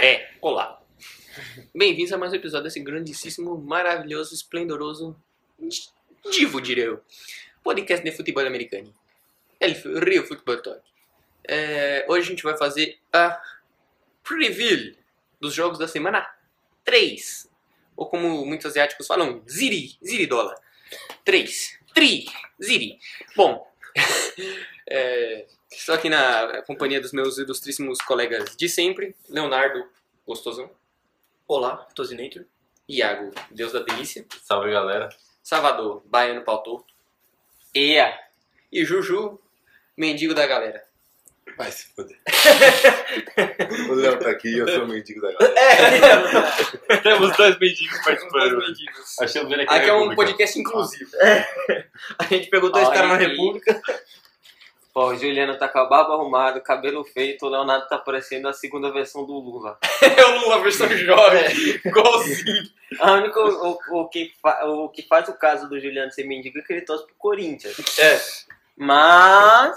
É, Bem-vindos a mais um episódio desse grandíssimo, maravilhoso, esplendoroso, divo, diria eu, podcast de futebol americano. El Rio Football Talk. É, hoje a gente vai fazer a preview dos jogos da semana 3. Ou como muitos asiáticos falam, ziri, ziridola. 3. Tri, ziri. Bom, é, estou aqui na companhia dos meus ilustríssimos colegas de sempre. Leonardo, gostosão. Olá, Tozinator. Iago, Deus da Delícia. Salve galera. Salvador, Baiano Pau Torto. Ea! E Juju, Mendigo da Galera. Vai se foder. o Léo tá aqui e eu sou o mendigo da galera. Temos dois mendigos participando. Dois mendigos. Achando ele aqui. Aqui é né? na um República. podcast inclusivo. É. A gente pegou dois Olha tá caras na aí. República. Ó, o Juliano tá com a barba arrumada, cabelo feito, o Leonardo tá parecendo a segunda versão do Lula. É o Lula versão jovem. assim. Igualzinho. A única, o, o que fa- o que faz o caso do Juliano ser mendigo é que ele torce pro Corinthians. É. Mas.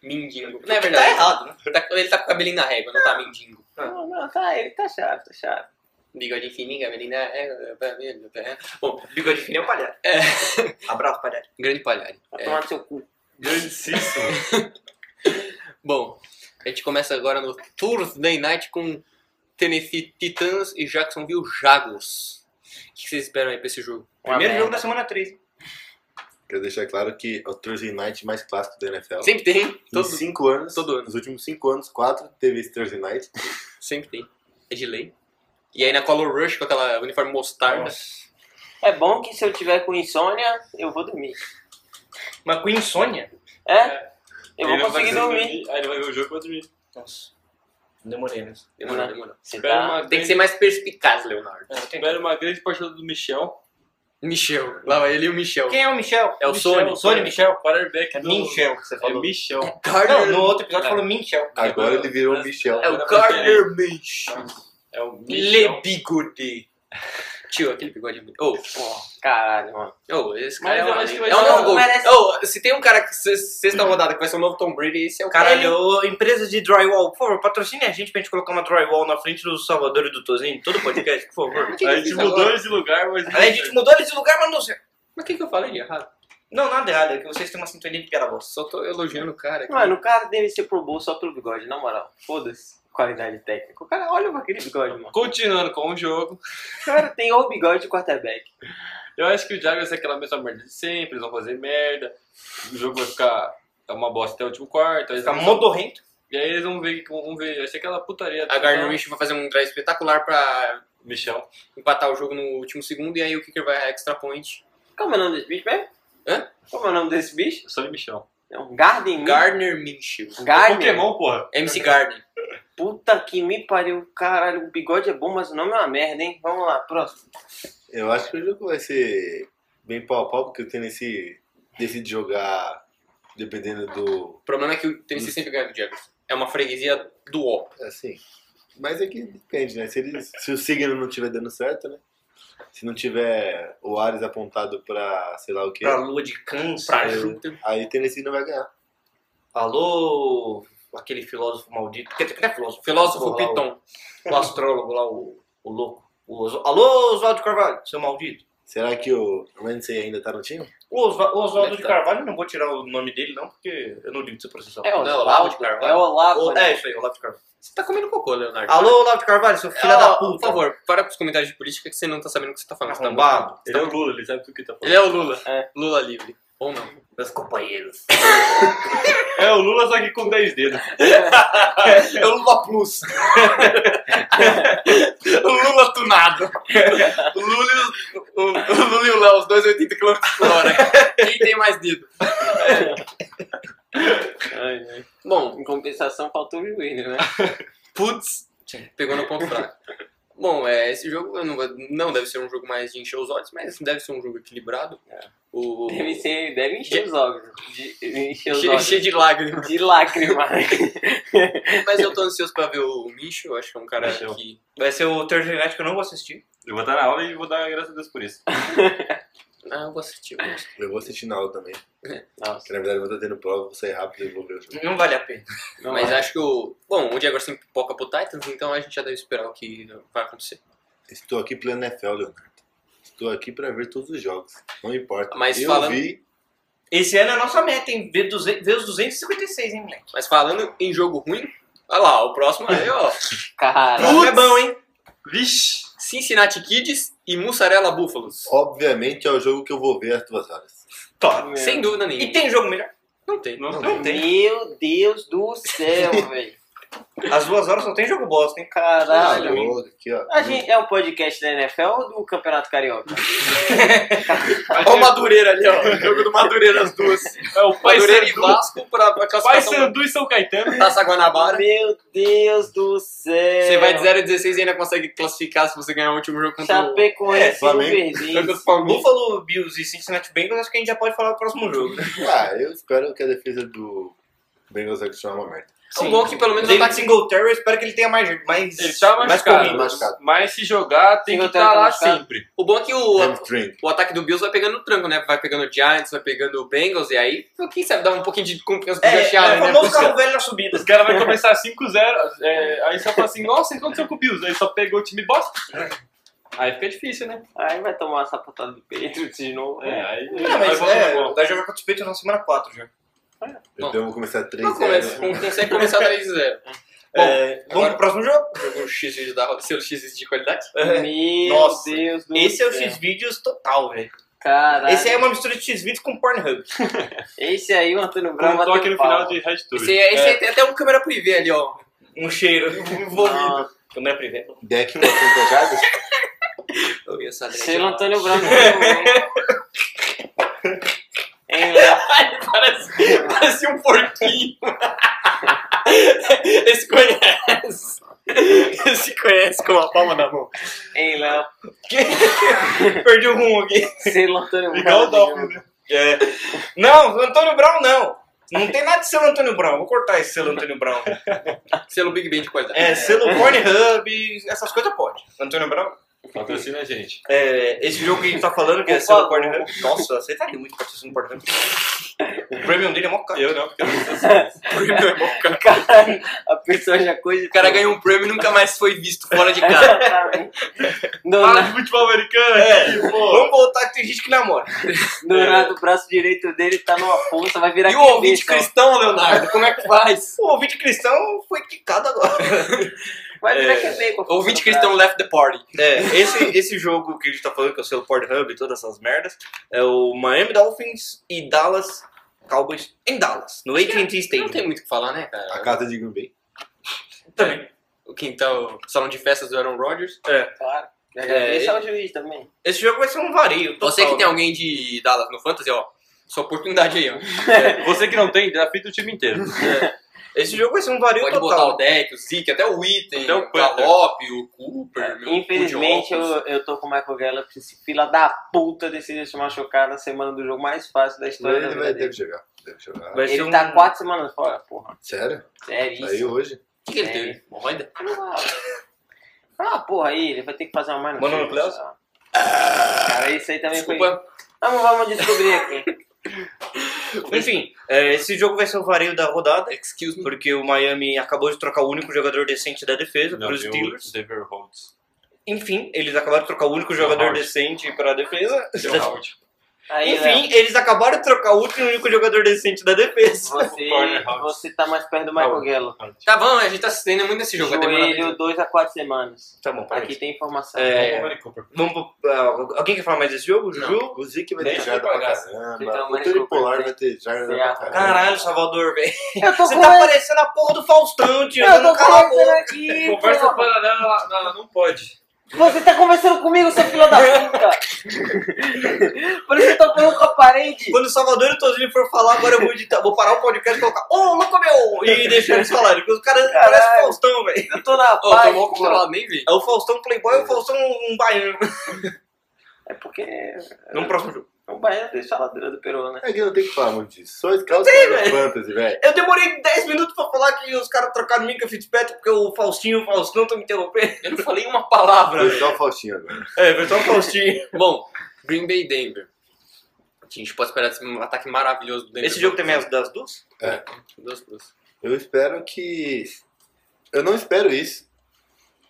Mendigo. Não é Tá verdade. errado, né? Tá- ele tá com o cabelinho na régua, não tá mendigo. Não, não, tá, ele tá chave, tá chave. Bigode fininho, cabelinho na régua. é, é, é. Bom, Bigode fininho é um palhaço. Abraço, palhaço. É. grande palhaço. Vai É. tomar no seu cu. Grandíssimo. Bom, a gente começa agora no Thursday Night com Tennessee Titans e Jacksonville Jaguars. O que vocês esperam aí pra esse jogo? Uma Primeiro Ah, merda. jogo da semana 3. Quero deixar claro que é o Thursday Night mais clássico da NFL. Sempre tem, Em todo, cinco anos, todo ano. nos últimos cinco anos, quatro teve esse Thursday Night. Sempre tem. É de lei. E aí na Color Rush com aquela uniforme mostarda. É bom que se eu tiver com insônia, eu vou dormir. Mas com insônia. É? Eu vou Ele não vai conseguir então, conseguir dormir. Aí ele vai ver o jogo e vai dormir. Nossa. Demorei, né? Demorou, É. Não. demorou. Você Espera tá. uma Ah, Tem que grande- ser mais perspicaz, Leonardo. É, eu tenho- Espera uma grande partida do Michel. Michel. Lá vai ele e o Michel. Quem é o Michel? É o Michel, Sony. Sony Michel. Quarterback É do... Minchel que você É falou. Michel. Não, no outro episódio É. falou Minchel. Agora ele virou o Michel. É o Carter Michel. É o Le Michel. Bigode. Tio, aquele bigode é bonito. Oh, Pô, caralho, mano. oh, esse cara Mas eu acho é que um vai é um ser- não Uhum. gold. merece- Oh, se tem um cara que se- sexta rodada que vai ser o novo Tom Brady, esse é o cara. Caralho, ô, empresas de drywall, por favor, patrocine a gente pra gente colocar uma drywall na frente do Salvador e do Tozinho, todo podcast, por favor. Mas que que a eu gente fiz mudou agora? esse lugar, mas... Aí a gente mudou eles de lugar, mas não sei. Mas o que, que eu falei de errado? Não, nada errado, é que vocês têm uma sintonia de piada bosta. Só tô elogiando o cara aqui. Mano, o cara deve ser pro bowl só pelo bigode, na moral. Foda-se. Qualidade técnica. O cara olha pra aquele bigode, mano. Continuando com o jogo, O cara tem ou bigode de quarterback. eu acho que o Jaguars é aquela mesma merda de sempre, eles vão fazer merda, o jogo vai ficar é uma bosta até o último quarto, aí eles Tá vão- modorrento. e aí eles vão ver, vão ver, vai ser aquela putaria. A Gardner Minshew vai fazer um drive espetacular pra Michel. empatar o jogo no último segundo e aí o kicker vai a extra point. Como é o nome desse bicho mesmo? Hã? Como é o nome desse bicho? Eu sou de Michel. É um Garden Uhum. Gardner Minshew. Garden. Pokémon, porra. MC Garden. Puta que me pariu. Caralho, o bigode é bom, mas o nome é uma merda, hein? Vamos lá, próximo. Eu acho que o jogo vai ser bem pau a pau, porque o Tennessee decide jogar dependendo do. O problema é que o Tennessee sempre ganha do Jaguars. É uma freguesia do O. Assim. Mas é que depende, né? Se, ele, se o signo não estiver dando certo, né? Se não tiver o Ares apontado pra sei lá o quê, Pra lua de câncer. Pra Eu- Júpiter. aí o Tennessee não vai ganhar. Alô, aquele filósofo maldito. Quer dizer, que não é filósofo. Filósofo lá, Piton. O, o astrólogo lá, o, o louco. O Oso- Alô, Oswaldo Carvalho, seu maldito. Será que o Ramsey ainda tá no time? O Osva- o Oswaldo de Verdade. Carvalho, não vou tirar o nome dele, não, porque eu não ligo de ser processado. É o Não, Olavo de Olavo. Carvalho. É o Olavo. O- né? é isso aí, Olavo de Carvalho. É, Você tá comendo cocô, Leonardo. Alô, Olavo de Carvalho, seu filho Ah, da puta. Por favor, para com os comentários de política que você não tá sabendo o que você tá falando. Você tá Arrombado. Ele é o Lula, ele sabe tudo que tá bom. Ele falando. é o Lula. É. Lula livre. Ou não. Meus companheiros. É o Lula, só que com 10 dedos. É o Lula Plus. o Lula tunado. O Lula, e o- o, o Lula e o Léo, os dois 80 km por hora. Quem tem mais dedo? Ai, ai. Bom, Em compensação, faltou o joelho, né? Putz, pegou no ponto fraco. Bom, é, esse jogo eu não, vou- não deve ser um jogo mais de encher os olhos, mas deve ser um jogo equilibrado. O, É. Deve, ser, deve encher os olhos. De, encher os Cheio, olhos. cheio de lágrimas. De lágrima. Mas eu tô ansioso pra ver o Micho, eu acho que é um cara Michel. que. Vai ser o Thursday Night que eu não vou assistir. Eu vou estar na aula e vou dar graças a Deus por isso. Ah, eu vou assistir. eu vou assistir. Eu vou assistir na aula também. Nossa. Que na verdade eu vou estar tendo prova, vou sair rápido e vou ver o jogo. Não vale a pena. Não Mas é. acho que o. Bom, o Jaguars sempre pipoca pro Titans, então a gente já deve esperar o que vai acontecer. Estou aqui pela NFL, Leonardo. Estou aqui pra ver todos os jogos. Não importa. Mas eu falando- vi. Esse ano é a nossa meta, hein? Ver, 200, ver os 256, hein, moleque? Mas falando em jogo ruim, olha lá, o próximo aí, ó. Cara, Não é bom, hein? Vixe! Cincinnati Kids e Mussarela Búfalos. Obviamente é o jogo que eu vou ver às duas horas. É. Top. Sem dúvida E nenhuma. tem jogo melhor? Não tem. Não, tem. meu Deus do céu, velho. Às duas horas só tem jogo bosta, hein? Caralho. Jogo Tá aqui, ó. Tá, A gente é um podcast da NFL ou do Campeonato Carioca? Olha o Madureira ali, ó. Jogo do Madureira, as duas. É o Pai Madureira e Sandu. Vasco pra pra Pai classificação Sandu e São Caetano. da Taça Guanabara. Meu Deus do É. céu. Você vai de 0 a 16 e ainda consegue classificar se você ganhar o último jogo contra o... Chapecoense É, e Flamengo. contra Verdes. o Palmeiras. Buffalo Bills e Cincinnati Bengals, acho que a gente já pode falar do Uhum. próximo jogo. né? Ah, eu espero que a defesa do Bengals vai continuar uma merda. O bom é que pelo menos o David ataque... Singletary, eu espero que ele tenha mais... mais Ele tá mais machucado, corridas. machucado. mas se jogar tem que Singletary estar tá lá machucado. sempre. O bom é que o, Hamstring. o ataque do Bills vai pegando o tranco, né? Vai pegando o Giants, vai pegando o Bengals, e aí, quem sabe, dá um pouquinho de confiança pro É, Josh Allen, é o né? famoso Pro- carro velho na subida. Os caras vão começar 5-0, é, aí só fala assim, nossa, o que aconteceu com o Bills? Aí só pegou o time bosta. Aí fica difícil, né? Aí vai tomar uma sapatada do Pedro de novo. É, aí... Uhum. Não, mas aí é, volta pro vai jogar contra os Patriots na semana 4 já. Bom. Então eu vou começar 3 Não começa, não consegue começar 3-0. Bom, É, vamos agora- pro próximo jogo? Jogou o um X da seu X de qualidade. Meu Nossa. Deus do Esse é o céu. X-Videos total, velho. Caralho. Esse aí é uma mistura de X-Videos com Pornhub. Esse aí o Antônio gol. Brown Com um bateu toque no final de Red Tour. Esse, aí- esse aí tem até um câmera privê ali, ó. Um cheiro envolvido. Nossa, Ah, Câmera privê. Deck uma fantasiada? Eu ia saber. Selo Antônio Brown. Hein, Léo? Parece, parece um porquinho. Esse conhece. Esse conhece com a palma na mão. Hein, Léo? Perdi o rumo aqui. Selo Antônio Brown. Igual o Dolphins, né? É. Não, o Antônio Brown não. Não tem nada de selo Antônio Brown. Vou cortar esse selo Antônio Brown. Selo um Big Bang de qualidade. É, selo Pornhub, essas coisas pode. Antônio Brown. Patrocina a gente. É, esse jogo que a gente tá falando, que é Por selo favor. Pornhub. Nossa, eu aceitaria muito patrocínio Pornhub. O premium dele é mó caro. Eu não, porque eu não sei. Caralho, a pessoa já coisa. O cara ganhou um prêmio e nunca mais foi visto fora de casa. Do, Fala na- de futebol americano! É. aqui, pô. Vamos voltar que tem gente que namora. do nada, o braço direito dele tá numa força, vai virar E o ouvinte cabeça, ó. cristão, Leonardo? Como é que faz? O ouvinte cristão foi quicado agora. Vai virar É. cabeça. com a força Ouvinte do cristão left the party. É, esse, esse jogo que a gente tá falando, que é o seu Pornhub e todas essas merdas, é o Miami Dolphins e Dallas Cowboys em Dallas, no AT&T Não tem Stadium. muito o que falar, né, A cara? casa de Green Bay. Também. O quintal, o salão de festas do Aaron Rodgers. braço. Claro. Já É, Deixa o juiz também. Esse jogo vai ser um vareio. total, Você que tem né? alguém de Dallas no Fantasy, ó. Sua oportunidade aí, ó. Você que não tem, grafita o time inteiro. Esse jogo vai ser um vareio Pode botar total. o deck, o Zeke, até o Item, Até o o Galope, o Cooper, É, meu Infelizmente, cu de eu, óculos. eu tô com o Michael Gallup, esse fila da puta decidiu se machucar na semana do jogo mais fácil da história da Ele vida vai, dele. deve jogar. Deve jogar. Vai ser Ele um- tá quatro semanas fora, porra. Sério? Sério isso. Saiu hoje? O que, que ele teve? Morroida? Ah, porra, aí ele vai ter que fazer uma mais Mononucleose? Cara, isso aí também foi. Desculpa. Vamos, vamos descobrir aqui. Enfim, é, esse jogo vai ser o vareio da rodada, Excuse me. porque o Miami acabou de trocar o único jogador decente da defesa para os Steelers. Xavier Holtz. Enfim, eles acabaram de trocar o único jogador Howard. decente para a defesa. Deu round. Aí, né, Léo, Enfim, eles acabaram de trocar o único jogador decente da defesa. você, Cornerhouse. você tá mais perto do Michael Gallup. Tá bom, a gente tá assistindo muito nesse jogo. né? vai demorar Joelho, mesmo. 2 a 4 semanas. Tá bom, Aqui tem informação. É, Mari Cooper. Vamos pro- ah, alguém quer falar mais desse jogo? Juju? O Zeke vai Nem ter se jarda pra pagasse. Então, caramba. O mas Tony Cooper Polar tem- vai ter jarda Tem pra a- caramba. Caralho, Salvador, velho. Eu tá tô Você tá parecendo a porra do Faustão, tio. Eu Eu tô não cala a boca. conversando aqui, Conversa porra. paralela, lá- lá- não pode. Você tá conversando comigo, seu filho da puta. Por isso que eu tô falando com a parede. Quando o Salvador e o Tozinho for falar, agora eu vou editar. Vou parar o podcast e colocar. Ô, louco meu! E deixar eles falarem. Porque os caras Caralho. parecem Faustão, velho. Eu tô na Ô, paz, tomou o porra. controlado, nem vi. É o Faustão Playboy e o Faustão um baiano. É um porque No próximo jogo. o Bahia deixa a ladeira do Peru, É que né? não tem que falar muito disso. Só escala o Fantasy, velho. Eu demorei 10 minutos pra falar que os caras trocaram Minka Fitzpatrick porque o Faustinho e o Faustão estão me interrompendo. Eu não falei uma palavra. Foi só o um Faustinho agora. É, foi só um o Faustinho. bom, Green Bay e Denver. A gente pode esperar esse um ataque maravilhoso do Denver. Esse jogo também é das duas? Deus, Deus. Eu espero que. Eu não espero isso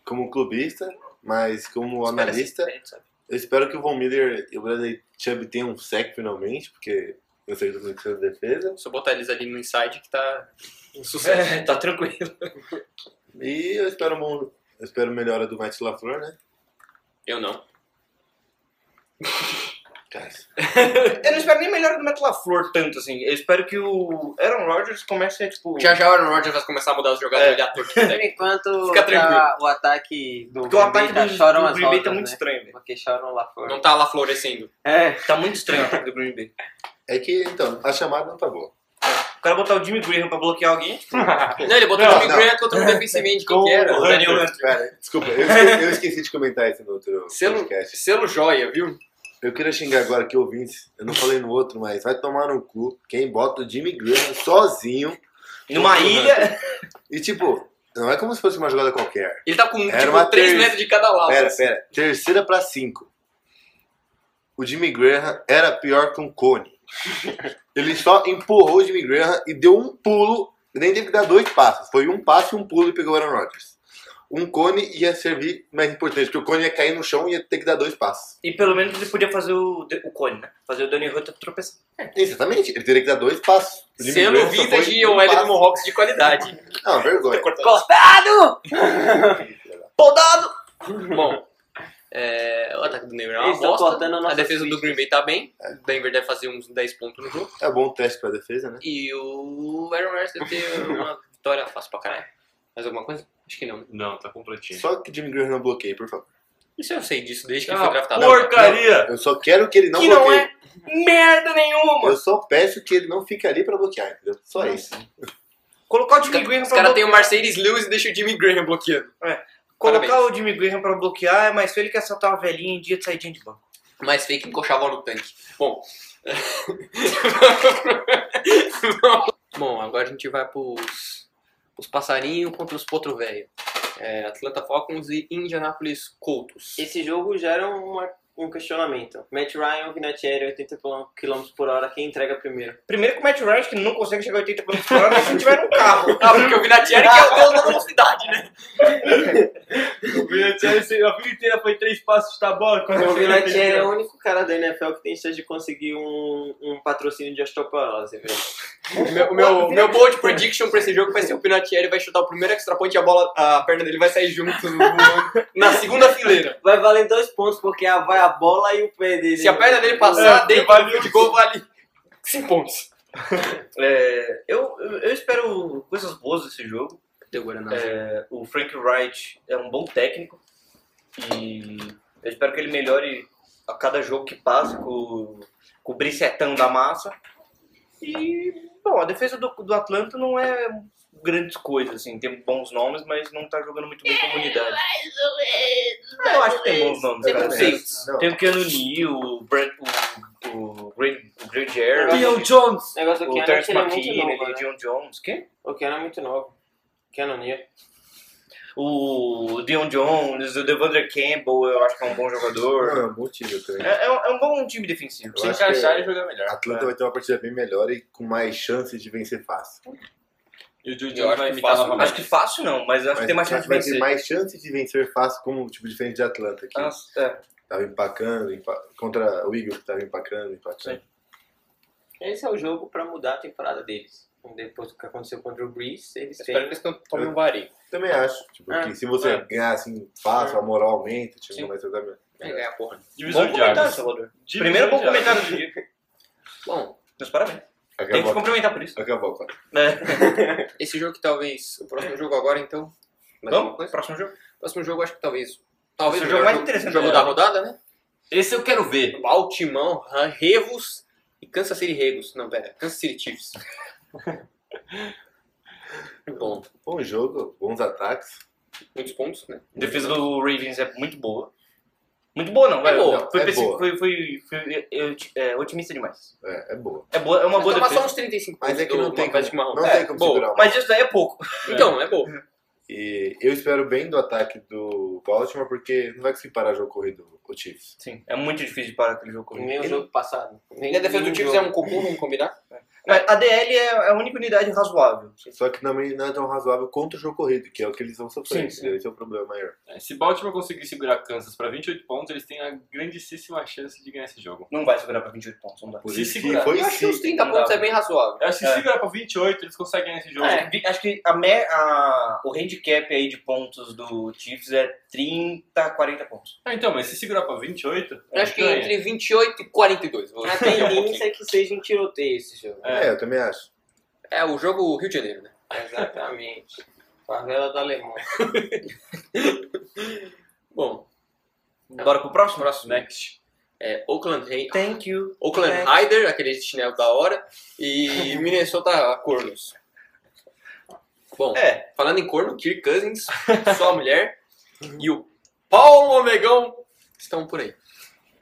como clubista, Mas como Espera, analista, a gente sabe. eu espero que o Von Miller e o Bradley Chubb tenham um sec finalmente, porque eu sei do que é de defesa. Só botar eles ali no inside que tá um sucesso. tá tranquilo. E eu espero, um bom- eu espero melhora do Matt LaFleur, né? Eu não. Cara, Eu não espero nem melhor do Matt LaFleur tanto, assim. Eu espero que o Aaron Rodgers comece a, tipo... Já já o Aaron Rodgers vai começar a mudar os jogadores É. de ator. que Por pega. enquanto, Fica tranquilo. tá- o ataque do Porque o Green Bay ataque tá- do, choram do as Green Bay rodas, tá muito né? estranho, velho. Porque choram lá fora. Não tá lá florescendo. É, Tá muito estranho o ataque do Green Bay. É que, então, a chamada não tá boa. O cara botar o Jimmy Graham pra bloquear alguém, tipo, Não, ele botou Não, o Jimmy não. É. Graham contra o defensive end, quem que era? o Daniel Hunter. Cara, desculpa, eu esqueci, eu esqueci de comentar isso no outro Selo, podcast. selo joia, viu? Eu queria xingar agora que ouvintes, eu não falei no outro, mas vai tomar no cu quem bota o Jimmy Graham sozinho Numa ilha. e tipo, não é como se fosse uma jogada qualquer. Ele tá com Era uma tipo 3 ter- metros de cada lado. Pera, pera, terceira pra cinco. O Jimmy Graham era pior que um cone. Ele só empurrou o Jimmy Graham e deu um pulo, nem teve que dar dois passos. Foi um passo e um pulo e pegou o Aaron Rodgers. Um cone ia servir mais importante, porque o cone ia cair no chão e ia ter que dar dois passos. E pelo menos ele podia fazer o, o cone, né? Fazer o Daniel Hunter tropeçar. É, Exatamente, ele teria que dar dois passos. O Jimmy Selo Graham só vintage foi e um o Ellen passo. Mohawks de qualidade. Não, vergonha. cortado! Podado! Bom, é, o ataque do Denver é uma Eles tão bosta. cortando A nossas defesa do Green Bay tá bem. O Denver deve fazer uns 10 pontos no jogo. É bom teste pra defesa, né? E o Aaron Rodgers deve ter uma vitória fácil pra caralho. Mais alguma coisa? Acho que não. né? Não, tá completinho. Só que o Jimmy Graham não bloqueie, por favor. Isso eu sei disso desde que ele foi Ah, draftado. né? porcaria! Eu só quero que ele não que não bloqueie. é merda nenhuma! Eu só peço que ele não fique ali pra bloquear, entendeu? Só isso. Colocar o Os Jimmy Graham caras pra cara bloquear. têm o Mercedes Lewis e deixa o Jimmy Graham bloqueando. Colocar Parabéns. o Jimmy Graham pra bloquear é mais feio que assaltar uma velhinha em dia de saidinha de banco. Mas fake encoxava no tanque. Bom. Bom, agora a gente vai pros, pros passarinhos contra os potro velho. É, Atlanta Falcons e Indianapolis Colts. Esse jogo gera uma- um questionamento. Matt Ryan, Vinatieri, 80 km por hora, quem entrega primeiro? Primeiro que o Matt Ryan, que não consegue chegar a 80 km por hora, mas se tiver um carro. Ah, porque o Vinatieri que é o dono da velocidade, né? O Vinatieri, a vida inteira foi três passos, tá bom? O Vinatieri é o único cara da NFL que tem chance de conseguir um, um patrocínio de osteoporose, assim, velho. O meu, o meu, o meu bold prediction pra esse jogo vai ser o Vinatieri vai chutar o primeiro extra point e a bola, a perna dele vai sair junto voando na segunda fileira. Vai valer dois pontos, porque a- vai a bola e o pé dele. Se a perna dele passar É, dentro vale do de gol, vale 5 pontos. É, eu, eu eu espero coisas boas desse jogo. Deu né? Guaraná. É, o Frank Wright é um bom técnico. E eu espero que ele melhore a cada jogo que passa com, o- com o bricetão da massa. E, bom, a defesa do, do Atlanta não é grandes coisas, assim. Tem bons nomes, mas não tá jogando muito bem comunidade. Eu acho que tem bons nomes, Tem cara. bons Tem, Saints. Não, o Keanu Neal, o Brent, o, o, Green, o Green Jerry, Deion Jones, O negócio do Keanu o é que Terence ele é muito McKinnon, novo, o né? John Jones, quem? O Keanu é muito novo. Keanu Neal. O Deion Jones, o Devandre Campbell, eu acho que é um bom jogador. não, é um bom time também. É, é um, é um bom time defensivo. Eu Se acho encaixar que- e jogar melhor. A Atlanta vai ter uma partida bem melhor e com mais chances de vencer fácil. E o Juju Eu acho vai que me falar tá novamente. Acho que fácil não, mas acho que tem mais chance de vai ter vencer. mais chances de vencer fácil como o tipo de frente de Atlanta, que Nossa, é. tava empacando, empa- contra o Eagles que tava empacando, empacando. Esse é o jogo pra mudar a temporada deles. Depois do que aconteceu contra o Breeze, eles Espero têm... que eles não tomem um vareio. Também acho, tipo, Ah, É, que se você é. ganhar assim fácil, É. a moral aumenta, tipo, Sim. vai É. ser também. Vai ganhar, É, porra. Divisor Bom de águas. comentário, Salvador. Divisor Primeiro bom de águas. comentário do dia. Bom, Meus parabéns. Tem que Acabou, se cumprimentar por isso. acabou, cara. É. esse jogo que talvez. O próximo jogo agora, então. Mais alguma Vamos? coisa? Próximo jogo. Próximo jogo, acho que talvez. Talvez Esse o jogo jogo, mais interessante jogo da da rodada. rodada, né? Esse eu quero ver. Baltimão, Revos e Kansas City Revos. Não, pera, Kansas City Chiefs. Bom, Bom jogo, bons ataques. muitos pontos, né? A defesa do Ravens é muito boa. Muito boa não, É vai. boa, Foi, é pessi- boa. foi, foi, foi- eu- é, otimista demais. É, é boa. É, boa, é Então, uma Mas boa tomar defesa. só uns 35 Mas pontos é que né, do não tem Atlético como, Marrom. não É, tem como boa. segurar. o Mas isso daí é pouco. Então, é bom. E eu espero bem do ataque do Baltimore, porque não vai conseguir parar jogo corrido, o Chiefs. Sim, é muito difícil de parar aquele jogo. corrido. Nem o jogo passado. Nem é E a defesa do Chiefs é um cocô, vamos combinar? A DL é a única unidade razoável. Só que também não é tão razoável quanto o jogo corrido, que é o que eles vão sofrer. Sim, sim. Esse é o problema maior. É, se Baltimore conseguir segurar Kansas pra 28 pontos, eles têm a grandíssima chance de ganhar esse jogo. Não vai segurar pra 28 pontos, não dá. Por Se isso que segurar. foi assim- Eu acho que sim. os 30 não pontos dá. é bem razoável. Eu acho que É. se segurar pra 28, eles conseguem ganhar esse jogo. É. Acho que- Acho que a, me- a- o handicap aí de pontos do Chiefs é 30, 40 pontos. Ah, então, mas se segurar pra 28, Eu acho que ganha. entre 28 e 42. vou A dizer um tendência pouquinho. é que seja um tiroteio esse jogo. É. É, eu também acho. É o jogo Rio de Janeiro, né? Exatamente. Favela do Alemão. Bom, Bora pro próximo? Próximo. Next. é Oakland, Ra- Thank you. Oakland Next. Raider, aquele chinelo da hora, e Minnesota Cornos. Bom, É, falando em corno, Kirk Cousins, sua mulher, e o Paulo Omegão estão por aí.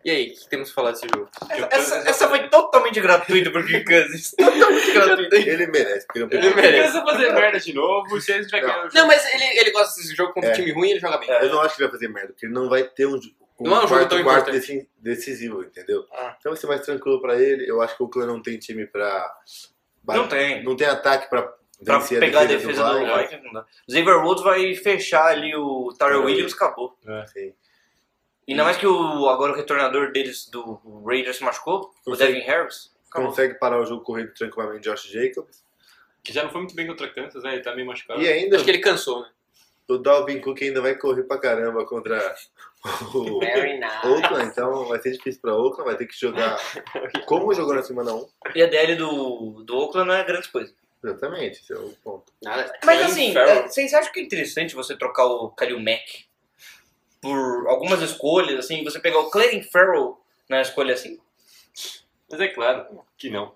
E aí, o que temos pra falar desse jogo? essa, tipo, essa- essa foi totalmente gratuita pro Kirk Cousins. totalmente gratuita. Ele merece. porque ele é um Ele pouco- merece. precisa fazer merda de novo, se eles vai Não. ganhar o jogo. Não, mas ele, ele gosta desse jogo contra um É. time ruim, ele joga bem. É. Eu não acho que ele vai fazer merda, porque ele não vai ter um, um Não é um jogo quarto, tão quarto importante. deci- decisivo, entendeu? Ah. Então vai ser mais tranquilo pra ele. Eu acho que o Clã não tem time pra. Não tem. Não tem ataque pra Pra vencer pegar a defesa do Lions. Vikings, não dá. Xavier Woods vai fechar ali o Tyler Tyler Williams, acabou. Sim. E ainda mais que o, agora o retornador deles do Raiders se machucou, o Consegue. Devin Harris, acabou. Consegue parar o jogo corrido tranquilamente Josh Jacobs. Que já não foi muito bem contra Kansas, né? Ele tá meio machucado. E ainda Acho que ele cansou, né? o Dalvin Cook ainda vai correr pra caramba contra o Very nice. Oakland, então vai ser difícil pra Oakland, vai ter que jogar como jogou na semana 1. E a DL do, do Oakland não é grande coisa. Exatamente, esse é o ponto. Nada. Mas Colin assim, Farrell. é, vocês acham que é interessante você trocar o Kalil Mack por algumas escolhas, assim, você pegar o Clayton Farrell na escolha assim? Mas é claro que não.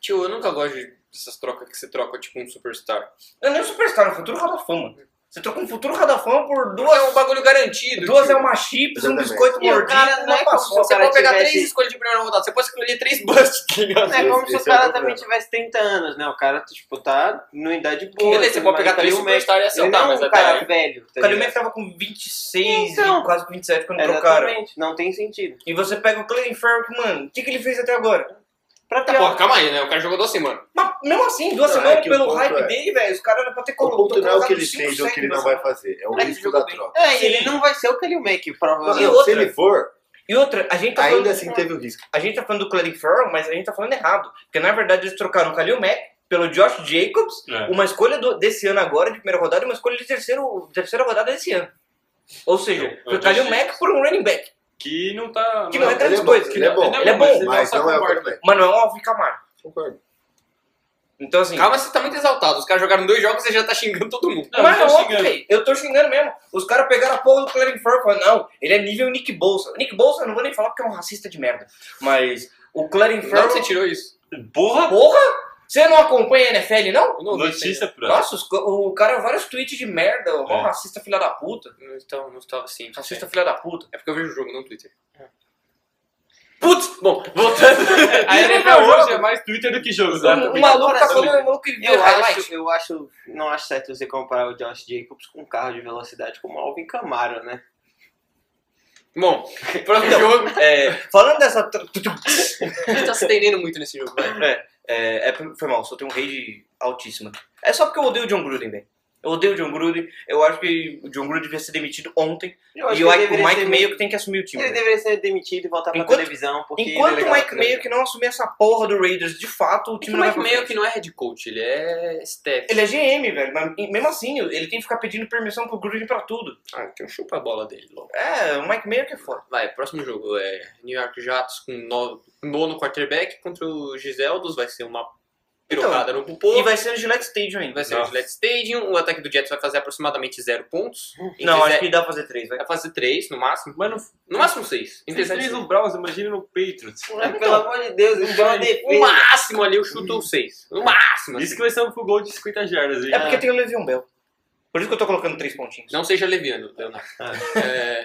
Tio, eu nunca gosto dessas trocas que você troca, tipo, um superstar. Não é nem um superstar, é um futuro Hall da Fama. Você troca um futuro Hall da Fama por Duas é duas, um bagulho garantido. duas tio. é uma chips, um Exatamente. biscoito E o mordido, cara não uma é como paçoca. se Você o cara pode pegar tivesse- três escolhas de primeira rodada, você pode escolher três busts, tá ligado? É como se Esse o é o cara problema. também tivesse tentando, né? O cara, tipo, tá numa idade boa. Beleza, você assim, pode mas pegar o cara três é um mestre. superstars e Ele acertar, não é mas um até cara aí- velho. O Tá Kalil ligado? Mack tava com 26 Então. e quase 27 quando trocaram. Exatamente. Não tem sentido. E você pega o Clayton Farrell, que, mano, o que, que ele fez até agora? Pra ter Pô, calma aí, né? O cara jogou duas semanas. Mas mesmo assim, duas Não, é semanas que o pelo ponto hype é- dele, velho, os caras era pra ter O ponto não é o que ele colocado tá cinco fez ou o que ele não sacks nessa- vai fazer, é o Mas ele risco jogou da bem. troca. É, Sim. ele não vai ser o Kelly Mac, provavelmente. outra- Se ele for, E outra, a gente tá falando ainda assim teve o risco. A gente tá falando do Clarence Farrell, mas a gente tá falando errado. Porque na verdade eles trocaram o Khalil Mack pelo Josh Jacobs, É. uma escolha do- desse ano agora, de primeira rodada, e uma escolha de terceiro, terceira rodada desse ano. Ou seja, Eu- eu foi o Khalil disse- Mack por um running back. Que não tá. Que não é tá- grande ele é bom, coisa. ele é bom. Ele é bom, Mas não é o concordo. quarterback. Mas não é um Alvin Kamara. Concordo. Então assim. Calma, você tá muito exaltado. Os caras jogaram dois jogos e já tá xingando todo mundo. Não, mas eu é tô óbvio, xingando. velho. Eu tô xingando mesmo. Os caras pegaram a porra do Clarence Farrell e falaram, não, ele é nível Nick Bolsa. Nick Bolsa eu não vou nem falar porque é um racista de merda. Mas o Clarence Não, você Farrell... tirou isso. Porra! Porra! Você não acompanha a NFL, não? Eu não vi isso Notícia pra. Nossa, os co- o cara vários tweets de merda, o É. racista filha da puta. ainda. Então, não estava assim. Racista filha da puta. É porque eu vejo o jogo, não o Twitter. Putz! Bom, voltando. A NFL hoje é mais Twitter do que Um jogo, tá? O maluco tá Também. falando o maluco que viu Eu highlight. acho, eu acho, não acho certo você comparar o Josh Jacobs com um carro de velocidade como o Alvin Camaro, né? Bom, próximo jogo. É, falando dessa. tr- A gente tá se entendendo muito nesse jogo, vai. É, é, foi mal, só tem um rage altíssimo. É só porque eu odeio o John Gruden, velho. Eu odeio o John Gruden. Eu acho que o John Gruden devia ser demitido ontem. e que o, ele Ike- o deveria Mike ser- Mayo que tem que assumir o time. Ele velho. deveria ser demitido e voltar pra Enquanto- televisão, porque Enquanto ele é o legal Mike pra Mayo televisão. que não assumir essa porra do Raiders, de fato, o O time Mike não vai pra meio frente. que não é head coach, ele é staff. Ele é GM, velho, mas mesmo assim, ele tem que ficar pedindo permissão pro Gruden pra tudo. Ah, então chupa a bola dele logo. É, o Mike Mayo que é foda. Vai, próximo jogo é New York Jets com no- nono quarterback contra o Giseldos. Vai ser uma pirocada no pupô. E Vai, vai ser no Gillette Stadium ainda. ser o Nossa. Gillette Stadium. O ataque do Jets vai fazer aproximadamente zero pontos. Entre Não, acho ze- que dá pra fazer três, vai. Vai fazer três no máximo. Mas não No máximo seis. Entre Vocês sete e fez seis. no Browns, imagina no Patriots. Mas, Pelo amor de Deus, ele deu uma No defesa. máximo ali eu chuto seis. No máximo. Isso que Assim. vai ser um full gol de 50 jardas, hein? É porque tem o Le'Veon Bell. Por isso que eu tô colocando três pontinhos. Não seja leviano, tá? Leonardo. É,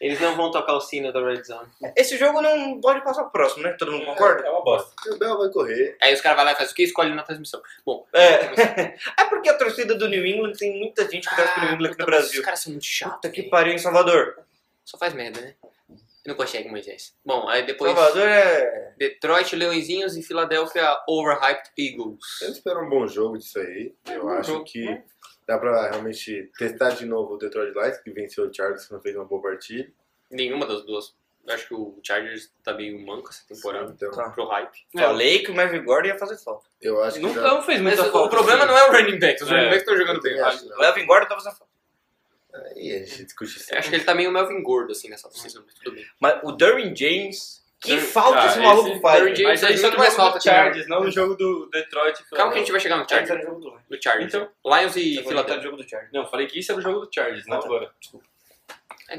Eles não vão tocar o sino da Red Zone. Esse jogo não pode passar pro próximo, né? Todo mundo concorda? É uma bosta. O Bell vai correr. aí os caras vão lá e fazem o quê? Escolhe na transmissão. Bom, É. É porque a torcida do New England tem muita gente Ah, que torce pro New England aqui puta, no mas Brasil. Os caras são muito chatos. Puta que pariu em Salvador. Só faz merda, né? Não consegue, Moisés. Bom, aí depois Salvador é. Detroit, Leõezinhos e Philadelphia Overhyped Eu Eagles. espero um bom jogo disso aí. Um Eu acho jogo, que né? dá pra realmente testar de novo o Detroit Lions, que venceu o Chargers, que não fez uma boa partida. Nenhuma das duas. Eu acho que o Chargers tá meio manco essa temporada. Então, Tá. Pro hype. Falei que o Melvin Gordon ia fazer falta. eu acho que. Nunca dá- não fez Mas muita o falta. problema não é o running back. Os É. running backs estão jogando Eu também bem. acho, O não. Melvin Gordon tá fazendo falta. Aí a gente discute isso. Eu Acho que ele tá meio Melvin gordo, assim, nessa oficina. mas Tudo bem. Mas o Derwin James. Que Derwin- falta Ah, esse esse- maluco faz. Derwin velho. James- Mas Isso aí aí só só é que no mais um jogo falta do também. Chargers, não no jogo do Calma Detroit. e que a Philadelphia. gente vai chegar no A gente tá Chargers. no jogo do Lions. No Chargers. Então- Lions A e gente tá no Philadelphia. jogo do Chargers. Não, falei que isso é o jogo do Chargers, não Ah, tá. agora. Aí,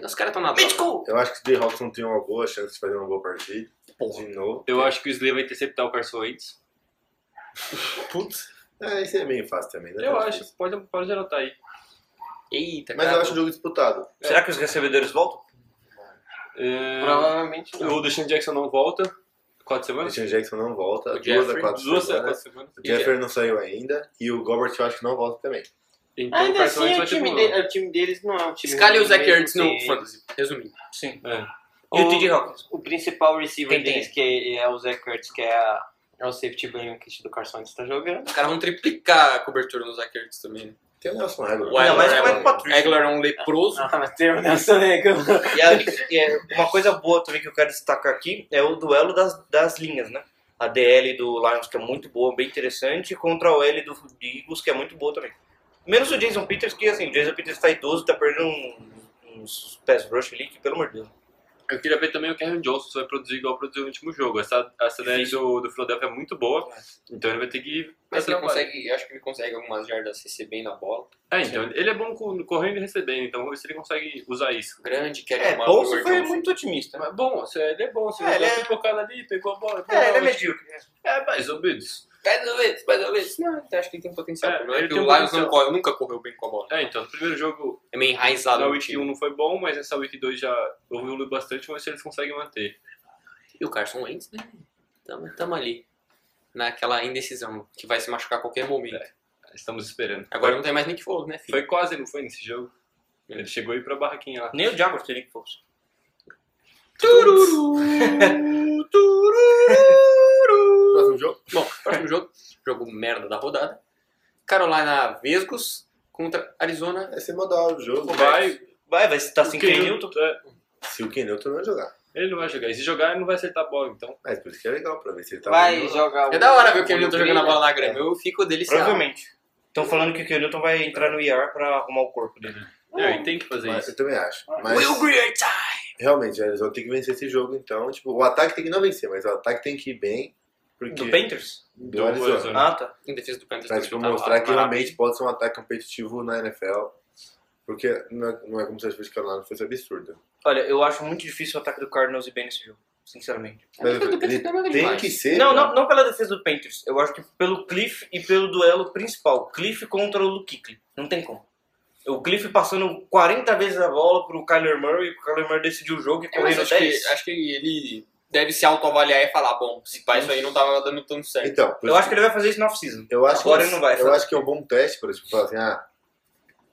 É, Os caras estão na droga. Mítico! Eu acho que o Jayhawks não tem uma boa chance de fazer uma boa partida. De novo. Eu acho que o Slay vai interceptar o Carson Wentz. Putz. É, isso é meio fácil também, né? Eu acho, pode, pode anotar aí. Eita, Mas cara. eu acho o jogo disputado. Será que os recebedores voltam? É, Provavelmente não. O Deshaun Jackson não volta. Quatro O semanas? Christian Jackson não volta. O duas Jeffrey, a quatro Duas a quatro semanas. semanas. O Jefferson não saiu ainda. E o Gobert eu acho que não volta também. Então o Ainda Carson assim, Wentz o vai ter time, um de- o time deles não é um time. Escalhe tipo, o ruim, Zach mesmo Ertz no sem- Fantasy. Resumindo. Sim. É. E o T.J. Hawkins? O principal receiver Quem tem? deles, que é, é o Zach Ertz, que é, a- é o safety blanket do Carson que está jogando. Os caras vão triplicar a cobertura no Zach Ertz também. né? Tem um o Nelson Aguilar. O Aguilar mas é como é que um- pode- Aguilar é um leproso. Ah, mas tem o Nelson Negro. E a- e é, uma coisa boa também que eu quero destacar aqui é o duelo das, das linhas, né? A DL do Lions, que é muito boa, bem interessante, contra a OL do do Eagles, que é muito boa também. Menos o Jason Peters, que assim, o Jason Peters tá idoso, tá perdendo um- uns pass rush ali, que pelo amor de Deus. Eu queria ver também o Kevin Johnson se vai produzir igual produziu no último jogo. Essa, essa DL do, do Philadelphia é muito boa, então ele vai ter que. Mas ele trabalhar. consegue, eu acho que ele consegue algumas jardas recebendo a bola. É, então, ele é bom com- correndo e recebendo, então vamos ver se ele consegue usar isso. Grande, quer É, chamar Bolso o foi Johnson. muito otimista. né? Mas bom, se ele é bom, se É, ele ele é é- pipocando ali, pegou a bola. pegou É, a ele é bola. medíocre. é mais ou menos. Mais ou menos, mais ou menos. Não, eu acho que ele tem potencial. É, O problema é ele que o tem Lions potencial. não corre, nunca correu bem com a bola. É, então, no primeiro jogo, É meio enraizado na no Week 1 time. não foi bom, mas essa Week 2 já evoluiu bastante, vamos ver se eles conseguem manter. E o Carson Wentz, né? Tamo, tamo ali. Naquela indecisão, que vai se machucar a qualquer momento. É. Estamos esperando. Agora não tem mais Nick Foles, né, filho? Foi quase, não foi nesse jogo? Ele chegou aí pra barraquinha lá. Nem o Jaguars teria que fosse. Tururu! Tururu! Próximo jogo? Bom, próximo jogo. Jogo merda da rodada. Carolina Vesgos contra Arizona. É ser modal o jogo. Vai, Vai, Assim, vai estar sem o Ken Ken Newton. é, Se o Ken Newton não jogar. ele não vai jogar. E se jogar, ele não vai acertar a bola, então. Mas por isso que é legal pra ver se ele tá Vai bem. jogar o. É da hora ver o Cam Newton o jogando a Brilha. bola na grama. Eu fico deliciado. Provavelmente. Estão falando que o Ken Newton vai entrar no IR pra arrumar o corpo dele. É, ele tem que fazer Mas isso. eu também acho. Mas Will Greer time! realmente, eles vão ter que vencer esse jogo, então, tipo, o ataque tem que não vencer, mas o ataque tem que ir bem. Porque Do Painters? do Do Arizona. Arizona. Ah, tá. Em defesa do Panthers. Pra também tipo, tá mostrar lá, que maravilha. realmente pode ser um ataque competitivo na NFL. Porque não é, não é como se a defesa de Carolina fosse absurda. Olha, eu acho muito difícil o ataque do Cardinals e bem nesse jogo, sinceramente. A defesa do Panthers Ele também é tem demais. que ser. né? Não, cara. não, não pela defesa do Panthers. Eu acho que pelo Cliff e pelo duelo principal. Cliff contra o Lukikli. Não tem como. O Cliff passando 40 vezes a bola pro Kyler Murray, o Kyler Murray decidiu o jogo e É, mas correndo acho que, 10. acho que ele deve se autoavaliar e falar, bom, se pá, isso aí não tava dando tão certo. Então, por Eu isso- acho que ele vai fazer isso na off-season. eu acho agora que, ele não vai, Eu sabe? acho que é um bom teste pra tipo, falar assim, ah,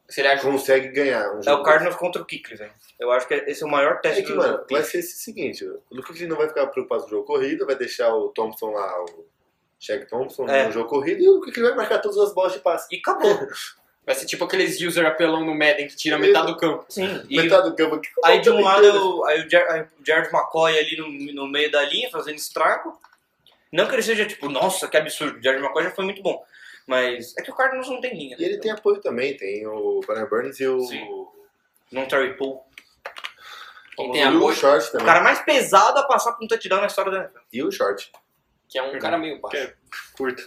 Se ele ajuda. consegue ganhar um É jogo. o Cardinals contra o Kikli, velho. Eu acho que esse é o maior É teste que, do mano, vai Cliff. ser o seguinte, o Lucas não vai ficar preocupado com o jogo corrido, vai deixar o Thompson lá, o Shaq Thompson É. no jogo corrido, e o Lucas vai marcar todas as bolas de passe. E acabou. Vai ser tipo aqueles user apelão no Madden que tira metade do campo. Sim. E Metade do campo. que- aí de um lado eu- aí o Jar- aí o Jared McCoy ali no, no meio da linha fazendo estrago. Não que ele seja tipo, nossa, que absurdo, o Jared McCoy já foi muito bom. Mas é que o Cardinals não tem linha. E ele tem apoio também, tem o Brian Burns e o... Sim. Não Terry Poe. Quem o tem e o apoio, Short O também. cara mais pesado a passar por um touchdown na história da NFL. E o Short. que é um cara meio baixo. Que Curta.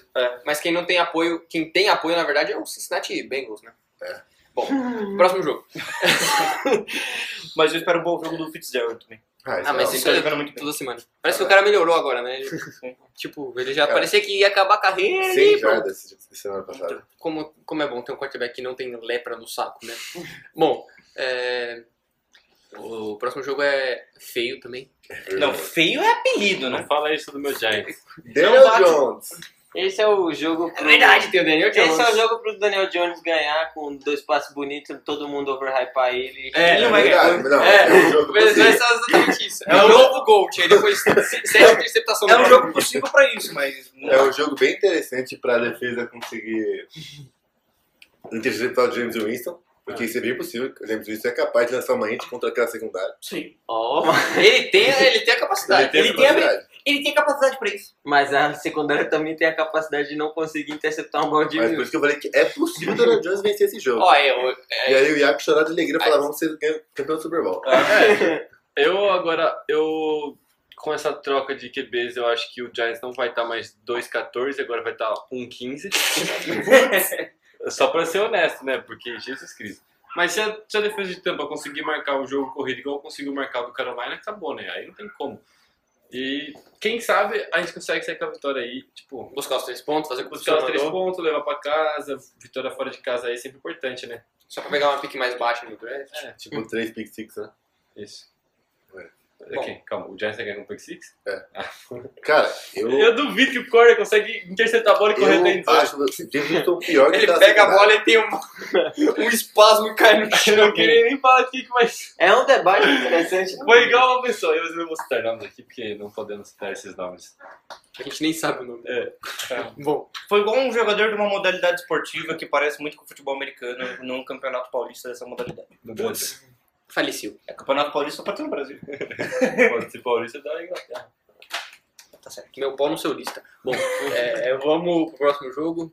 Mas quem não tem apoio, quem tem apoio, na verdade, é o Cincinnati Bengals, né? É. Bom, próximo jogo. Mas eu espero um bom jogo do Fitzgerald também. Ah, mas é isso tá é jogando muito bem. toda semana. Parece que o cara melhorou agora, né? Ele- tipo, ele já Cara, parecia que ia acabar a carreira Sem ali, pô. jardas semana passada. Como, como é bom ter um quarterback que não tem lepra no saco, né? bom, é, o próximo jogo é feio também. Não, feio é apelido, Não né? fala isso do meu Giants. não Daniel bate- Jones. Esse é o jogo. pro- tem o Daniel Esse é o jogo pro Daniel Jones ganhar com dois passes bonitos, todo mundo overhypar ele. É, Ele não vai Verdade, ganhar. Não, É. é um jogo Mas possível. mas é exatamente isso. É o novo Gold. Aí depois se- sete interceptações. É um jogo possível pra isso, mas. não É um jogo bem interessante pra defesa conseguir interceptar o James Winston, porque isso é bem possível. O James Winston é capaz de lançar uma int contra aquela secundária. Sim. Ó, mas- Ele tem, ele tem a capacidade. Tá, tem Ele tem a capacidade. habilidade. Ele tem capacidade pra isso. mas a secundária também tem a capacidade de não conseguir interceptar um balde de Mas por Wilson. isso que eu falei que é possível o Daniel Jones vencer esse jogo. Ó, é, o- E aí o Iaco chorar de alegria e falar, vamos ser gan- campeão do Super Bowl. Eu agora, eu. Com essa troca de QBs, eu acho que o Giants não vai estar mais 2,14, agora vai tá um estar 1,15. Só pra ser honesto, né? Porque Jesus Cristo. Mas se a, se a defesa de Tampa conseguir marcar o jogo corrido igual conseguiu marcar o do Carolina, acabou, né? Aí não tem como. E quem sabe a gente consegue sair com a vitória aí, tipo, buscar os três pontos, fazer o que o buscar os Cristiano três mandou, pontos, levar pra casa, vitória fora de casa aí é sempre importante, né? só pra pegar uma pique mais baixa no draft. É, Tipo, 3 pick six, né? isso. Ué. Ok, calma, o Giants ganha com o Pick Six? Cara, eu, Eu duvido que o Corner consegue interceptar a bola e correr dentro. eu acho que o James Winston pior que Ele tá pega a assim, bola né? e tem um, um espasmo e cai no Eu não chão. queria nem falar de que, mas É um debate interessante. né? foi igual uma pessoa. Eu não vou citar nomes aqui, porque não podemos citar esses nomes. A gente nem sabe o nome. é. Bom. Foi igual um jogador de uma modalidade esportiva que parece muito com o futebol americano num campeonato paulista dessa modalidade. No Brasil. Putz, faleceu. É campeonato paulista só pra ter no Brasil. Pode ser paulista da Inglaterra. Tá certo. Meu pau no seu lista. Bom, é, é, vamos pro próximo jogo.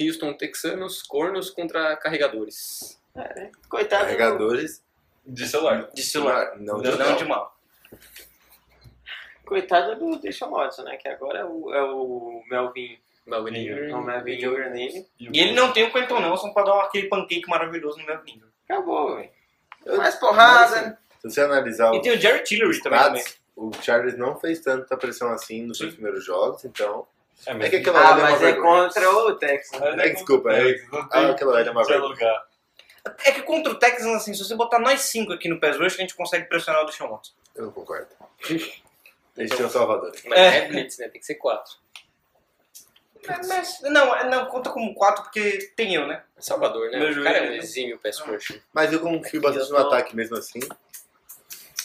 Houston Texanos, cornos contra carregadores. Coitado. do- Carregadores. De celular. De celular. Não, Não, não de mal. Coitado do Deixon Watson, né? Que agora é o, é o Melvin. É o Hum, Melvin. Melvin Jogrenini. E ele não tem o Quentin Nelson pra dar aquele pancake maravilhoso no meu nível. Acabou, velho. Mais porrada. Se você analisar E Tá os tem o Jerry Tillery também. também. stats, o Chargers não fez tanta pressão assim nos seus primeiros jogos, então... É, É mas que aquela Ah, hora mas é é uma vergonha. contra o Texas. É, tipo, desculpa, é, não ah, aquela hora é uma tem vergonha. lugar. É que contra o Texans, assim, se você botar nós cinco aqui no PES hoje, a gente consegue pressionar o Deshaun Watson. Eu não concordo. Eles tinham Salvador. Mas É. é. Blitz, né? Tem que ser quatro. Mas, mas- não, é- não, conta como quatro porque tem eu, né? Salvador, né? Meu O cara é um joelho. exímio pass Ah. rusher. Mas eu confio bastante no Eu tô- ataque mesmo assim.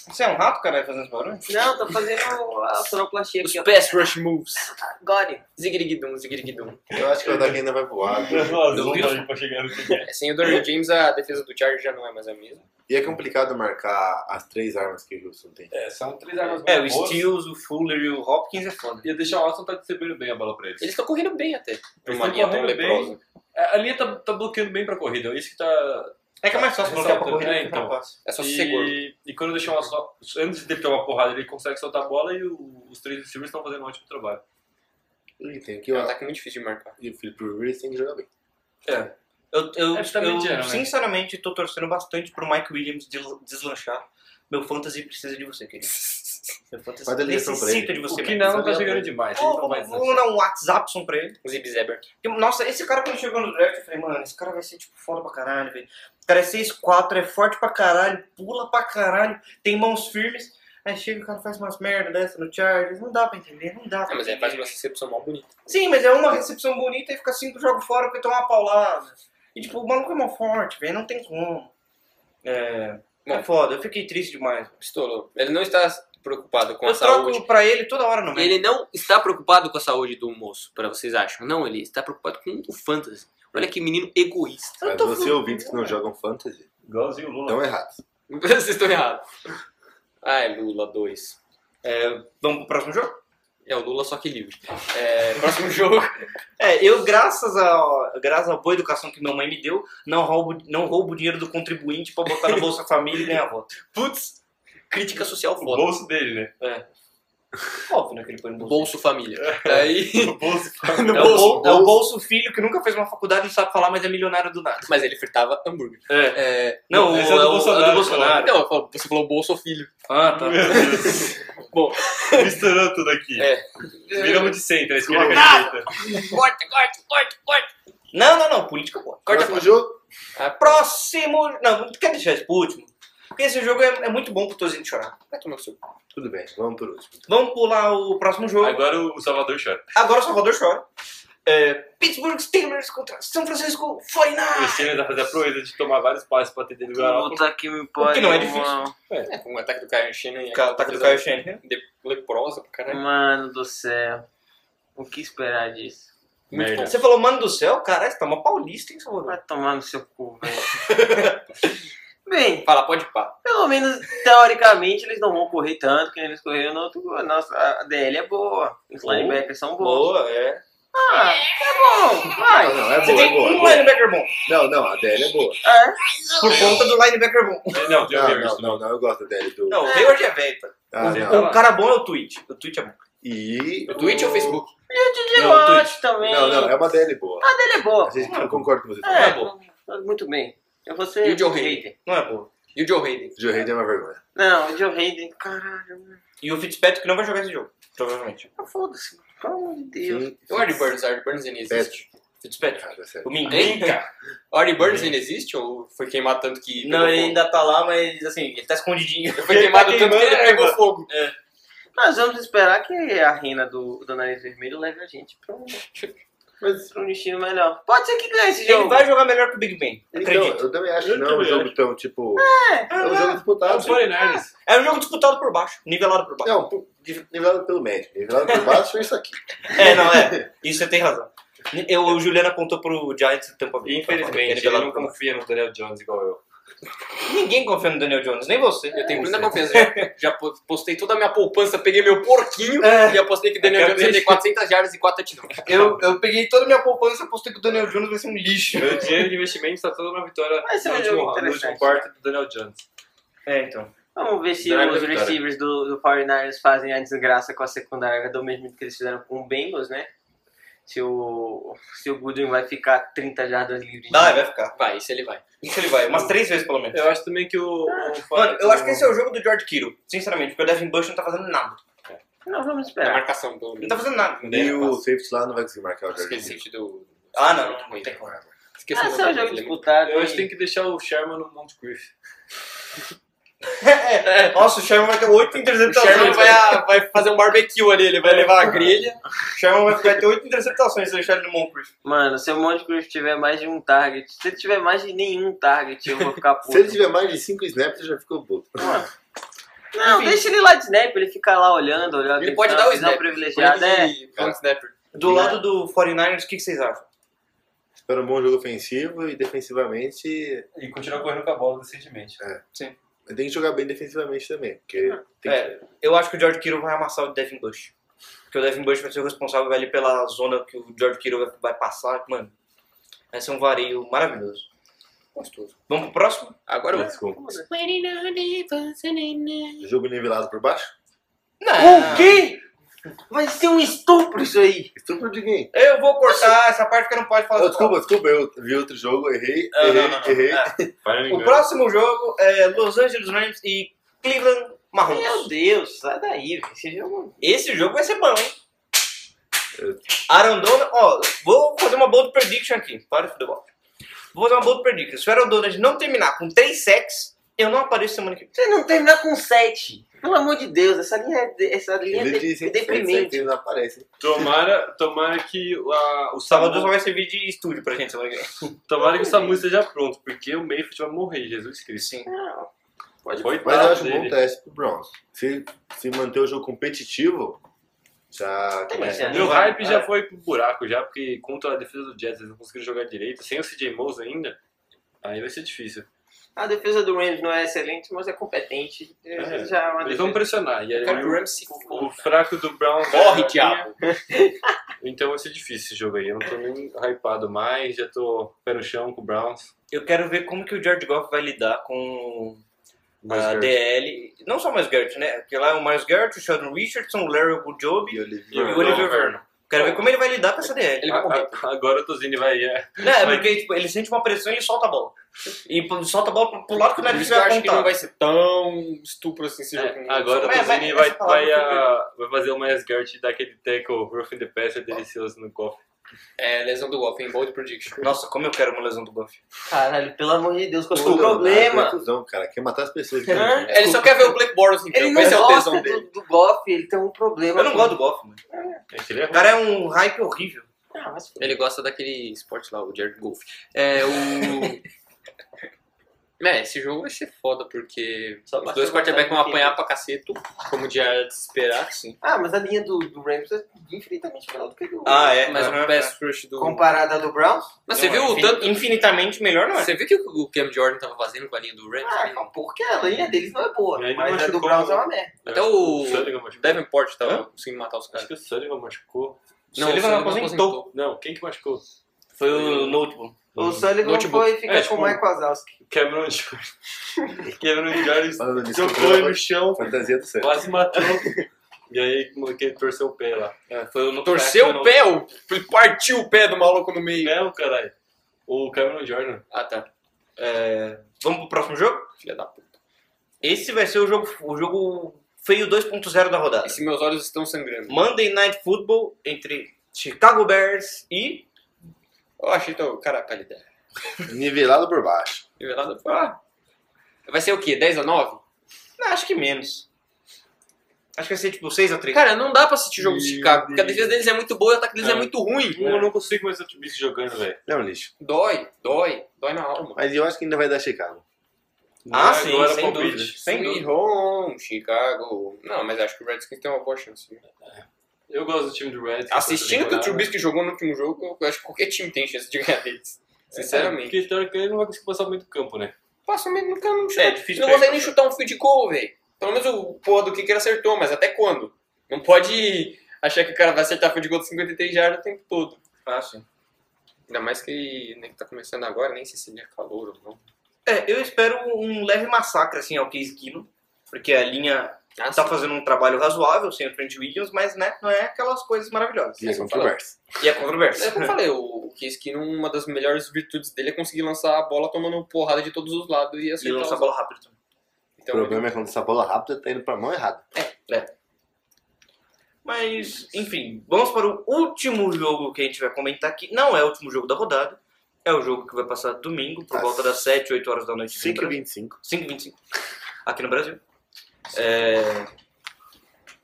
Você é um rato, caralho, fazendo esse barulho? Não, tô fazendo a sonoplastia Os aqui, ó. pass rush moves. Agora. Zigrigidum, zigrigidum. Eu acho que o ataque ainda vai voar. É, Sem o Dorian James, a defesa do Chargers já não é mais a mesma. E é complicado marcar as três armas que o Houston tem. É, são três armas É, o muito boas. Steels, o Fuller e o Hopkins é foda. E deixar o Watson tá distribuindo bem a bola pra eles. Eles estão correndo bem até. Pra uma tão linha tão correndo bem. leprosa. A a linha tá, tá bloqueando bem pra corrida, isso que tá, É que é mais fácil bloquear pra Exato, corrida é, do que pra então. passe. É só se ser gordo. E, e quando deixa uma só. Antes de ter uma porrada, ele consegue soltar a bola e o- os três receivers estão fazendo um ótimo trabalho. E tem que É um o ataque muito difícil de marcar. e o Philip Rivers tem que jogar bem. É. Eu, eu, É, tá eu, mediano, né? sinceramente, tô torcendo bastante pro Mike Williams de- deslanchar. Meu fantasy precisa de você, querido. Meu fantasy Manda ligação pra necessita de O você. que Mike. não tá Sabe, chegando né? demais. ele não Vou vai vou- vou mandar um WhatsApp pra ele. Zib Zeber. Porque, Nossa, esse cara quando chegou no draft, eu falei, mano, esse cara vai ser tipo foda pra caralho, velho. O cara é 6'4, é forte pra caralho, pula pra caralho, tem mãos firmes. Aí chega o cara faz umas merda dessa no Chargers, não dá pra entender, não dá pra Ah, mas entender. aí faz uma recepção mal bonita. Sim, mas é uma recepção bonita e fica cinco jogos fora porque toma uma paulada. E tipo, o maluco é mó forte, velho, não tem como. É. Bom. é foda, eu fiquei triste demais. Pistolou. Ele não está preocupado com a eu troco né? saúde. pra ele toda hora no meio. Ele não está preocupado com a saúde do moço, pra vocês acham. Não, ele está preocupado com o fantasy. Olha que menino egoísta. Eu Mas tô você falando- ouvintes que não jogam fantasy, Igualzinho o Lula. estão errados. Vocês estão errados. Ah, é Lula 2. Vamos pro próximo jogo? É o Lula só que livre. É, próximo jogo. É, eu, graças a, graças à boa educação que minha mãe me deu, não roubo, não roubo o dinheiro do contribuinte pra botar no Bolsa Família e ganhar voto. Putz, crítica social O foda. bolso dele, né? Óbvio, né, que ele põe no bolso. Bolso Família. Aí. O bolso. É, no o bolso. bol- é o bolso filho que nunca fez uma faculdade, não sabe falar, mas é milionário do nada. Mas ele fritava hambúrguer. É. É, Não, Esse o, é do é o- Bolsonaro, é do Bolsonaro. não, eu falo- você falou bolso filho. Ah, tá. Meu Deus. Bom. Misturando tudo aqui. É. Viramos de centro, a esquerda e a direita. Corta, corta, corta, corta. Não, não, não, política boa. Corta Próximo jogo, Ah, pro... Próximo. Não, quer deixar isso pro último? Porque esse jogo é, é muito bom pro Tozinho chorar. Vai tomar no seu cu. tudo bem, vamos por último. Vamos pular o próximo jogo. Agora o Salvador chora. Agora o Salvador chora. É, Pittsburgh Steelers contra São Francisco O 49ers. Steelers vai fazer a proeza de tomar vários passes pra ter dele Garoppolo. Puta que me pariu, não é difícil. mano. É, com o ataque do Caio Shannon e Ca- aquela Ataque do Kyle defesa Shanahan. de- leprosa pra caralho. Mano do céu. O que esperar disso? Muito Merda. bom. Você falou, mano do céu, caralho, você tá uma paulista, hein, Salvador? Vai tomar no seu cu, velho. Bem, Fala, pode pá. Pelo menos, teoricamente, eles não vão correr tanto que nem eles correram no outro. Nossa, a DL é boa. Os Boa. linebackers são bons. Boa, é. Ah, é bom. Vai. Não, não, é Você boa, é tem boa. é um boa. linebacker bom. Não, não, a DL é boa. É. Por conta do linebacker bom. É, Não, tem o Não, não, Hayward. não, não, eu gosto da DL do. Não, o Hayward é velho, tá? Ah, Sim. não. O cara bom é o Twitch. O Twitch é bom. E. No Twitch ou Facebook? E o Didi Não, o Watt é também. Não, não, é tá uma DL boa. A DL é boa. A gente eu concordo com você. É, é boa. Muito bem. Eu vou E ser o Joe hater. Hayden? Não é boa. E o Joe Hayden? Joe Hayden é uma vergonha. Não, o Joe Hayden. Caralho, mano. E o Fitzpatrick não vai jogar esse jogo, provavelmente. Ah, Foda-se. mano. Pelo amor de Deus. Sim, O Artie Burns, Artie Burns ainda existe? Pet. Fitzpatrick. Ah, tá certo. O Minguim. Eita! O Artie Burns ainda existe ou foi queimado tanto que. Não, pegou ele fogo? ainda tá lá, mas assim, ele tá escondidinho. Foi queimado tanto Ele tá que ele queimando, pegou né, fogo. Nós vamos esperar que a rena do, do nariz vermelho leve a gente pra um, pra um destino melhor. Pode ser que ganhe esse Ele jogo. vai jogar melhor que o Big Ben, Então, acredito. eu também acho que Eu não é um também jogo acho. tão, tipo. É um jogo Ah, Ah, disputado. os 49ers. É um jogo disputado por baixo, nivelado por baixo. Não, por- nivelado pelo médio. Nivelado por baixo foi isso aqui. É, não, é. Isso você tem razão. Eu, o Juliano apontou pro Giants e Tampa Bay. Infelizmente, ele Nivelado não por baixo. confia no Daniel Jones igual eu. é Ninguém confia no Daniel Jones, nem você. Eu tenho plena confiança. Já, já po- postei toda a minha poupança, peguei meu porquinho e apostei que Daniel Jones ia ter 400 jardas e 4 touchdowns. Eu, eu peguei toda a minha poupança e apostei que o Daniel Jones vai ser um lixo. Meu dinheiro de investimento está todo na vitória Vai ser no um último, jogo round, no último interessante. quarto do Daniel Jones. É, então. Vamos ver se Drive os da vitória. receivers do, do 49ers fazem a desgraça com a secundária do mesmo que eles fizeram com o Bengals, né? Se o, se o Goodwin vai ficar 30 jardas livres. Vai, vai ficar. Vai, isso ele vai. Isso ele vai, umas três vezes pelo menos. Eu acho também que o. o- Mano, eu acho que esse é o. o jogo do George Kittle, sinceramente, porque o Devin Bush não tá fazendo nada. Não, Na vamos esperar. marcação do. Não tá fazendo nada. E o safety lá não vai conseguir marcar o Jordan. Esqueci do. Ah, não, não, Muito não tem ruim. como. Esqueci Ah, do esse é um nome jogo dele. disputado. Eu e- acho que tem que deixar o Sherman no Montecrief. É, Nossa, o Sherman vai ter oito O Sherman interceptações. vai, a- vai fazer um barbecue ali, ele vai levar a grelha. O Sherman vai, vai ter oito interceptações se deixar ele no Moncrief. Mano, se o Montecrief tiver mais de um target, se ele tiver mais de nenhum target, eu vou ficar puto. Se ele tiver mais de 5 snaps, ele já ficou puto. Não, Enfim. deixa ele lá de snap, ele fica lá olhando, olhando. Ele pode dar o visão snap. privilegiada. É. Ele- Vamos, snapper. Do lado do 49ers, o que, que vocês acham? Espera um bom jogo ofensivo e defensivamente. E continua correndo com a bola decentemente. Tem que jogar bem defensivamente também. Porque tem que- É, eu acho que o George Kittle vai amassar o Devin Bush. Porque o Devin Bush vai ser o responsável ali pela zona que o George Kittle vai, vai passar. Mano, vai ser um vareio maravilhoso. Gostoso. Vamos pro próximo? Agora o. Desculpa. Jogo nivelado por baixo? Uh! O quê? Vai ser um estupro isso aí. Estupro de quem? Eu vou cortar essa parte que eu não pode falar. Oh, do desculpa, desculpa, eu vi outro jogo, errei, Ah, não, errei, não, não. errei. É. O próximo jogo é Los Angeles Rams e Cleveland Meu Marrons. Deus, sai daí, velho. Esse jogo Esse jogo vai ser bom, hein? Eu- Arandona, ó, vou fazer uma bold prediction aqui para o futebol. Vou fazer uma bold prediction. Se o Arandona não terminar com 3 sacks, eu não apareço semana que vem. Você não terminar com 7. Pelo amor de Deus, essa linha é, de- essa linha é Ele de- disse é que sempre deprimente. que ele não aparece. né? hein? Tomara, tomara que a- o O Salvador só Salvador. vai servir de estúdio pra gente semana que vem. Tomara que o Samu esteja pronto, porque o Mayfield vai morrer, Jesus Cristo. Sim. Não, Pode Mas eu acho um bom teste pro Browns. Se, se manter o jogo competitivo, já Tem começa. chance. Meu Vai, hype vai. já foi pro buraco, já, porque contra a defesa do Jets eles não conseguiram jogar direito, sem o CJ Mouse ainda, aí vai ser difícil. A defesa do Rams não é excelente, mas é competente. É, É. Já é uma Eles defesa. vão pressionar, e aí Cara, o o, Rams se o fraco do Brown Corre, diabo. Então vai ser difícil esse jogo aí, eu não tô nem hypado mais, já tô pé no chão com o Browns. Eu quero ver como que o George Goff vai lidar com Mas a Garrett. DL. Não só o Miles Garrett, né? Porque lá é o Miles Garrett, o Sheldon Richardson, o Larry Ogunjobi E o e Olivier- o Oliver Vernon. Quero ver como ele vai lidar com essa DL. Ele vai A- morrer. a- Agora o Tozini vai. É. Não, é porque tipo, ele sente uma pressão e ele solta a bola. E p- solta a bola pro, pro lado que o Por Neves isso é que eu vai acho que não apontar. vai ser tão estupro assim esse jogo. É, agora o Mas- mas Tozini essa vai, palavra vai, foi a- vai fazer o Miles Garrett dar aquele tackle rough in the passer delicioso no cofre. É, lesão do Wolf, em bold prediction. Nossa, como eu quero uma lesão do Goff. Caralho, pelo amor de Deus, qual foi o Não, não, é problema? confusão, cara. Quer matar as pessoas. né? Hã? Ele só quer ver o Blake Boros então. Ele não Esse é o tesão gosta dele. do, do Goff, ele tem um problema. Eu não com- gosto do Goff, mano. Ele é O cara é um hype horrível. Ah, mas foi. Ele gosta daquele esporte lá, o Jared Golf. É, o... É, esse jogo vai ser foda, porque Só os basta dois botar quarterbacks vão um pouquinho. apanhar pra caceto, como de era de se esperar, assim. sim. Ah, mas a linha do, do Rams é infinitamente melhor do que a do. Ah, é. Mas Aham. o pass rush do... Comparada à do Browns? Mas você Não, viu é o infin- tanto... Infinitamente melhor, não é? Você viu o que o Cam Jordan tava fazendo com a linha do Rams? Ah, ali? porque a linha deles não é boa, Ele mas a do machucou. Browns é uma merda. Até o- Tá. Sullivan O machucou. Davenport tava Hã? conseguindo matar os Acho caras. que o Sullivan machucou. Não, Sullivan o aposentou. Não, quem que machucou? Foi o notebook. O Sullivan Notebook. foi ficar É, com tipo, o Mike Wazowski. Quebrou o Jordan. Quebrou o Jordan. Falando nisso, Jogou ele no chão, fantasia do céu. quase matou. E aí, como que ele torceu o pé lá. É, foi o notebook. Torceu o pé, o- partiu o pé do maluco no meio. Não, É, caralho. O Cameron Jordan. Ah, tá. É, Vamos pro próximo jogo? Filha da puta. Esse vai ser o jogo, o jogo feio 2.0 da rodada. Esses meus olhos estão sangrando. Monday Night Football entre Chicago Bears e... Eu achei teu cara a qualidade. Nivelado por baixo. Nivelada foi lá. Vai ser o quê? 10 a 9? Não, acho que menos. Acho que vai ser tipo 6x3. Cara, não dá pra assistir jogo de Chicago, porque a defesa deles é muito boa e o ataque deles é, É. muito ruim. Eu não consigo mais o bicho jogando, velho. Não, lixo. Dói, dói, dói na alma. Mas eu acho que ainda vai dar Chicago. Ah, Agora sim, é sem palpite. dúvida. Sem Sweet dúvida. home, Chicago. Não, mas acho que o Redskins tem uma boa chance. Eu gosto do time do Red. Assistindo o que o Trubisky jogou no último jogo, eu acho que qualquer time tem chance de ganhar deles. Sinceramente. Porque teoricamente ele não vai conseguir passar muito do campo, né? Passa mesmo, nunca não chuta. É, difícil não pra ele consegue nem chutar um field goal, velho. Pelo menos o porra do kicker acertou, mas até quando? Não pode achar que o cara vai acertar field goal de 53 jardas o tempo todo. Ah, sim. Ainda mais que nem que tá começando agora, nem sei se ele é calor ou não. É, eu espero um leve massacre, assim, ao Case Kino. Porque a linha Ah, tá fazendo um trabalho razoável sem o Trent Williams, mas né, não é aquelas coisas maravilhosas. E é controverso. E é controverso. É como eu falei, o Kiskin, uma das melhores virtudes dele é conseguir lançar a bola tomando porrada de todos os lados e E acertar. lança a os- bola rápido também. O Então, problema é quando essa bola rápida tá indo pra mão errada. Mas, enfim, vamos para o último jogo que a gente vai comentar aqui. Não é o último jogo da rodada. É o jogo que vai passar domingo, por Às volta das 7, 8 horas da noite. 5 e 25. 5 25 Aqui no Brasil. É,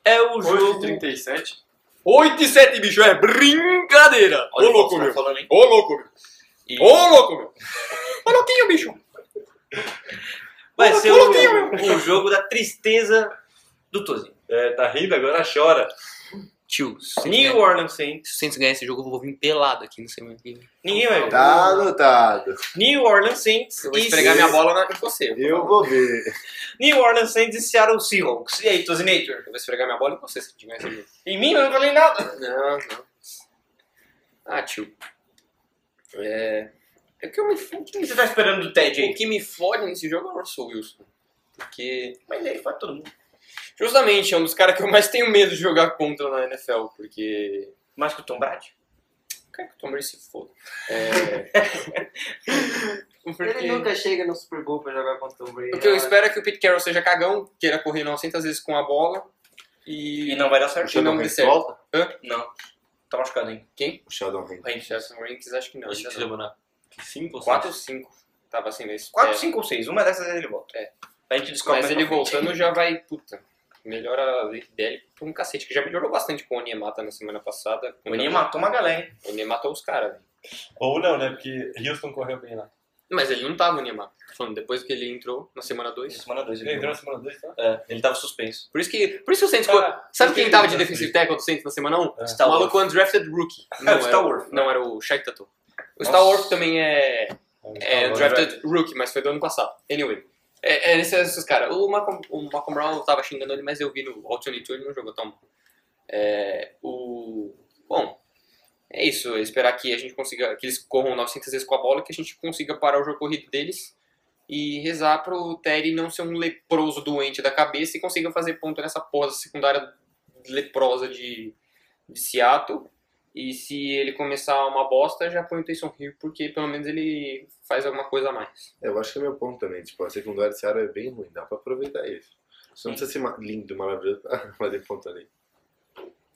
é o jogo... 37. 8 e 7, bicho, é brincadeira! Olha Ô o louco, Fox tá meu! falando, hein? Ô louco, meu! E- Ô louco, meu! Ô louquinho, bicho! Vai Ô, ser coloquei, o, o jogo da tristeza do Tozinho. É, tá rindo, agora chora. Tio, se New Orleans Saints. Saints ganhar esse jogo, eu vou vir pelado aqui no semana que vem. Ninguém vai ver. Tá anotado. New Orleans Saints. Eu vou e esfregar minha bola na... em você. Eu vou ver. New Orleans Saints e Seattle Seahawks. E aí, Tozinator? Eu vou esfregar minha bola em você se tiver esse jogo. Em mim, eu não falei nada. Não, não. Ah, tio. É. É que eu me fo- o que O que me você tá esperando do Ted fode. O aí? que me fode nesse jogo é o Russell Wilson. Porque, Mas ele faz todo mundo. justamente, é um dos caras que eu mais tenho medo de jogar contra na NFL. Porque. Mais que o Tom Brady? Cara, que o Tom Brady se foda. É. Ele porque... nunca chega no Super Bowl pra jogar contra o Tom Brady. O que eu espero é que o Pete Carroll seja cagão, queira correr 900 vezes com a bola. E. E não vai dar certo. Achou não Sheldon deu Hanks certo. volta? Não. Tá machucado, hein? O Sheldon Hanks. Jefferson Rinks, acho que não. Acho que ainda não. chegou na 5 ou 4 ou 4. 5. Tava assim nesse. 4, 5 ou 6. Uma dessas ele volta. É. A gente descobre Mas mais ele pra frente. voltando já vai, puta, melhora a lei dele por um cacete, que já melhorou bastante com o Oniemata na semana passada. O Ninho matou uma galera, hein? O Oniemata matou os caras, velho. Ou não, né? Porque Houston correu bem lá. Mas ele não tava o Oniemata. Tô falando, depois que ele entrou na semana 2. Semana 2 Ele ele entrou na volta. semana 2, tá? É, ele tava suspenso. Por isso que, por isso que o Saints... Cara, co- sabe eu quem tenho tava de dúvida. defensive tackle do Saints na semana 1? É. Tá. O maluco undrafted rookie. É, o era Stalworth, né? Não, era o Shaq Tatu. O Nossa. Stalworth também é, é Agora- undrafted rookie, mas foi do ano passado. Anyway. É, é esses, esses caras. O Malcolm, o Malcolm Brown eu tava xingando ele, mas eu vi no Altitude ele não jogou tão mal. É, o... Bom, é isso. é Esperar que a gente consiga... Que eles corram 900 vezes com a bola, que a gente consiga parar o jogo corrido deles. E rezar pro Terry não ser um leproso doente da cabeça e consiga fazer ponto nessa porra da secundária leprosa de, de Seattle. E se ele começar uma bosta, já põe o Taysom Hill, porque pelo menos ele faz alguma coisa a mais. É, Eu acho que é meu ponto também. Tipo, a secundária de Seara é bem ruim, dá pra aproveitar isso. Você não precisa ser ma- lindo, maravilhoso pra fazer ponto ali.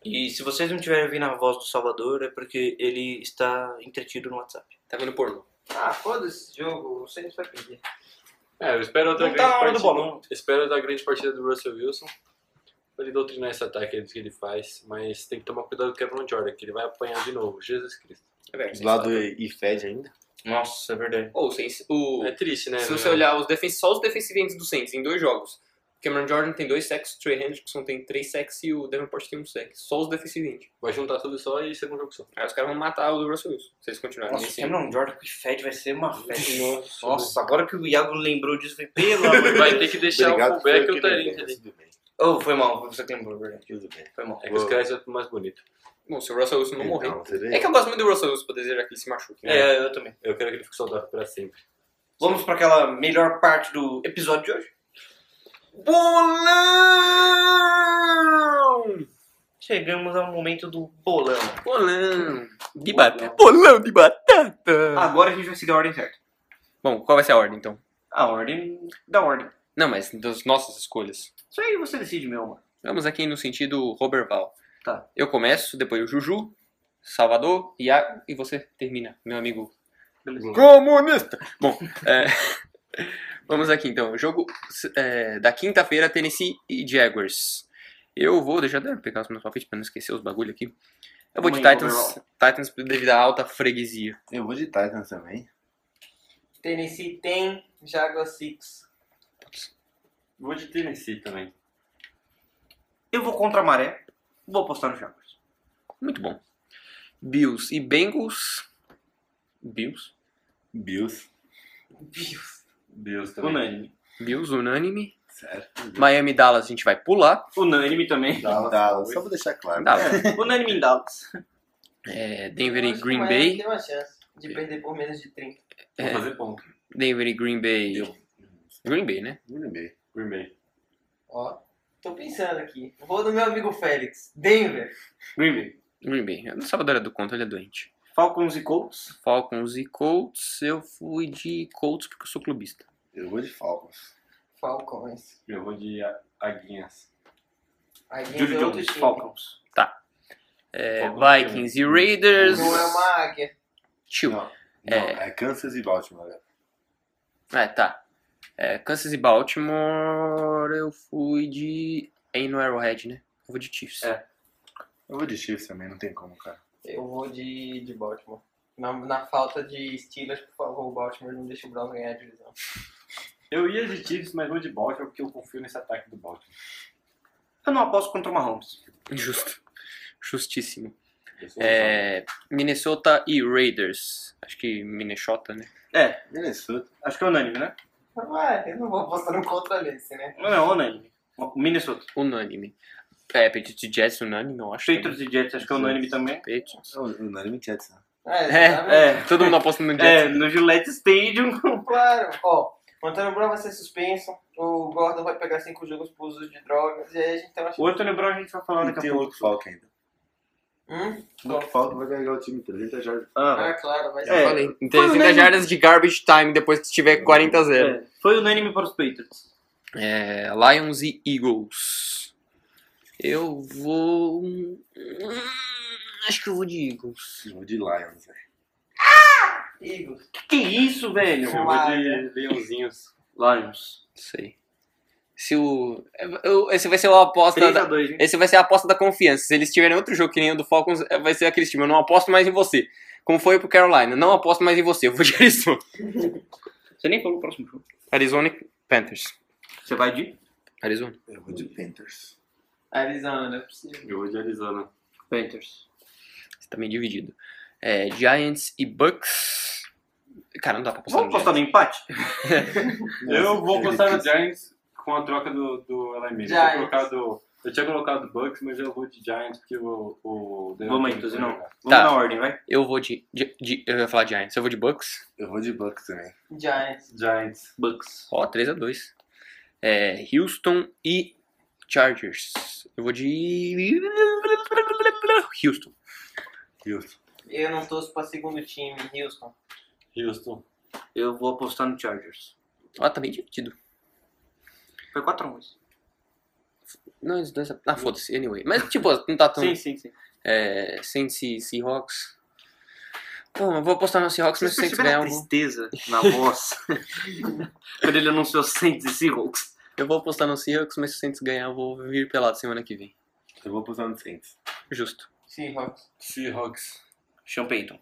E se vocês não tiverem ouvindo a voz do Salvador, é porque ele está entretido no WhatsApp. Tá vendo pornô? Ah, foda-se esse jogo, o Saints vai perder. É, eu espero outra Não tá grande na hora do partida. bolão. Espero outra grande partida do Russell Wilson. pra ele doutrinar esse ataque que ele faz, mas tem que tomar cuidado com o Kevin Jordan, que ele vai apanhar de novo. Jesus Cristo. É verdade, Do lado sem falar. e fed ainda. Nossa, é verdade. Ou sem, o, É triste, né? se meu? você olhar os defen- só os defensiventos do Saints em dois jogos, Cameron Jordan tem dois sacks, Trey Hendrickson tem três sacks e o Davenport tem um sack. Só os defensiventos. Vai juntar tudo só e segundo jogo só. Aí os caras vão matar o Russell Wilson, se eles continuarem Nossa, nesse- Cameron Jordan com Fed vai ser uma festa. Nossa, Nossa, agora que o Iago lembrou disso, foi pelo amor de Vai ter que deixar o Obrigado. foi fullback e eu o que Tarente lembrei, ali. mas Tudo bem, Oh, foi mal, foi você que lembrou, verdade. tudo bem. Foi mal. É que os caras já estão mais bonitos. Bom, se o Russell Wilson não morrer. Então, você vê. É que eu gosto muito do Russell Wilson pra desejar que ele se machuque. né? É, eu também. Eu quero que ele fique saudável pra sempre. Vamos pra aquela melhor parte do episódio de hoje. Bolão! Chegamos ao momento do bolão. Bolão! De batata. Bolão de batata! Agora a gente vai seguir a ordem certa. Bom, qual vai ser a ordem então? A ordem da ordem. Não, mas das nossas escolhas. Isso aí você decide, meu mano. Vamos aqui no sentido Roberval. Tá. Eu começo, depois o Juju, Salvador, Iago e você termina, meu amigo. Beleza. Comunista! Bom, é, vamos aqui então. Jogo é, da quinta-feira, Tennessee e Jaguars. Eu vou, deixa eu até pegar os meus palpites pra não esquecer os bagulho aqui. Eu vou de Amanhã, Titans, overall. Titans devido à alta freguesia. Eu vou de Titans também. Tennessee tem Jaguar Six. Vou de Tennessee também. Eu vou contra a maré. Vou apostar no Jaguars. Muito bom. Bills e Bengals. Bills? Bills. Deus também. Unânime. Bills, unânime. Sério. Miami e Dallas a gente vai pular. Unânime também. Dallas. Dallas. Só pra deixar claro. Dallas. Tá Unânime em Dallas. É, Denver e Acho que é. o Green Miami Bay. Tem uma chance de perder por menos de 30. Vou É. fazer ponto. Denver e Green Bay. Eu. Green Bay, né? Green Bay. Green Bay. Ó, tô pensando aqui. Vou do meu amigo Félix. Denver. Green Bay. Green Bay. Eu não sabia era do conto, ele é doente. Falcons e Colts. Falcons e Colts. Eu fui de Colts porque eu sou clubista. Eu vou de Falcons. Falcões. Eu vou de a- Aguinhas. Aí tem Julio é outro Jones. time. Falcons. É, Falcons Vikings e Raiders. Não é uma águia. Tio. Não, É. não, é Kansas e Baltimore. É, tá. É, Kansas e Baltimore. Eu fui de. É no Arrowhead, né? Eu vou de Chiefs. É. Eu vou de Chiefs também, não tem como, cara. Eu vou de, de Baltimore. Na, na falta de Steelers, por favor, o Baltimore não deixa o Browns ganhar a divisão. Eu ia de Chiefs, mas vou de Baltimore porque eu confio nesse ataque do Baltimore. Eu não aposto contra o Mahomes. Justo. Justíssimo. Eu sou É, Minnesota e Raiders. Acho que Minnesota, né? É, Minnesota. acho que é unânime, né? Ué, eu não vou apostar no contra desse, né? Não, não, unânime. Minnesota. Unânime. É, Patriots e Jets unânime, eu acho. Patriots e Jets, acho que é unânime também. também. Patriots. Não, Unânime Jets, né? É, exatamente. É, Todo mundo aposta no Jets. é, no Gillette Stadium. Claro. Ó, o Antônio Brown vai ser suspenso. O Gordon vai pegar cinco jogos por uso de drogas. E aí a gente tem uma O Antônio Brown a gente vai falar E daqui tem a o pouco. Luke Falk ainda. Hum? O Luke Falk vai carregar o time 300 jardas. Ah, Ah, claro, vai É. ser. Falei. Foi 300 unânime. jardas de garbage time depois que tiver 40 a 0. é. Foi unânime para os Patriots. É, Lions e Eagles. Eu vou. Hum, Acho que eu vou de Eagles. Eu vou de Lions, velho. Eagles. Que, que isso, velho? Eu vou de Leãozinhos. Lions. Não sei. Se o. eu- Esse vai ser o aposta. da- 3x2, hein? Esse vai ser a aposta da confiança. Se eles tiverem outro jogo que nem o do Falcons, é- vai ser aquele time. Eu não aposto mais em você. Como foi pro Carolina. Não aposto mais em você. Eu vou de Arizona. Você nem falou o próximo jogo. Arizona e Panthers. Você vai de? Arizona. Eu vou de Panthers. Arizona, não é possível. Eu vou de Arizona. Panthers. Você tá meio dividido. É, Giants e Bucks. Cara, não dá pra apostar Vamos no apostar no empate? Eu vou gostar do Giants com a troca do, do Eli Manning. Eu tinha Giants. colocado- Eu tinha colocado Bucks, mas eu vou de Giants porque o. o Vamos aí, Tuzi, não. Vamos Tá. na ordem, vai. Giants. Eu vou de, de- de- Eu ia falar Giants. Eu vou de Bucks. Eu vou de Bucks também. Giants. Giants. Bucks. Ó, 3x2. É, Houston e Chargers. Eu vou de. Houston. Houston. Eu não torço pra segundo time, Houston. Houston. Eu vou apostar no Chargers. Ó, tá meio dividido. Foi 4x1. Não, os dois. Ah, foda-se, anyway. Mas, tipo, não tá tão. Sim, sim, sim. É, Saints e Seahawks. Bom, eu vou apostar no Seahawks, mas Vocês se Saints perceberam ganhar, a eu vou. tristeza na voz quando ele anunciou Saints e Seahawks? Eu vou postar no Seahawks, mas se o Saints ganhar, eu vou vir pelado semana que vem. Eu vou pros anos Saints. Justo. Sim, Rox. Seahawks. Sean Payton.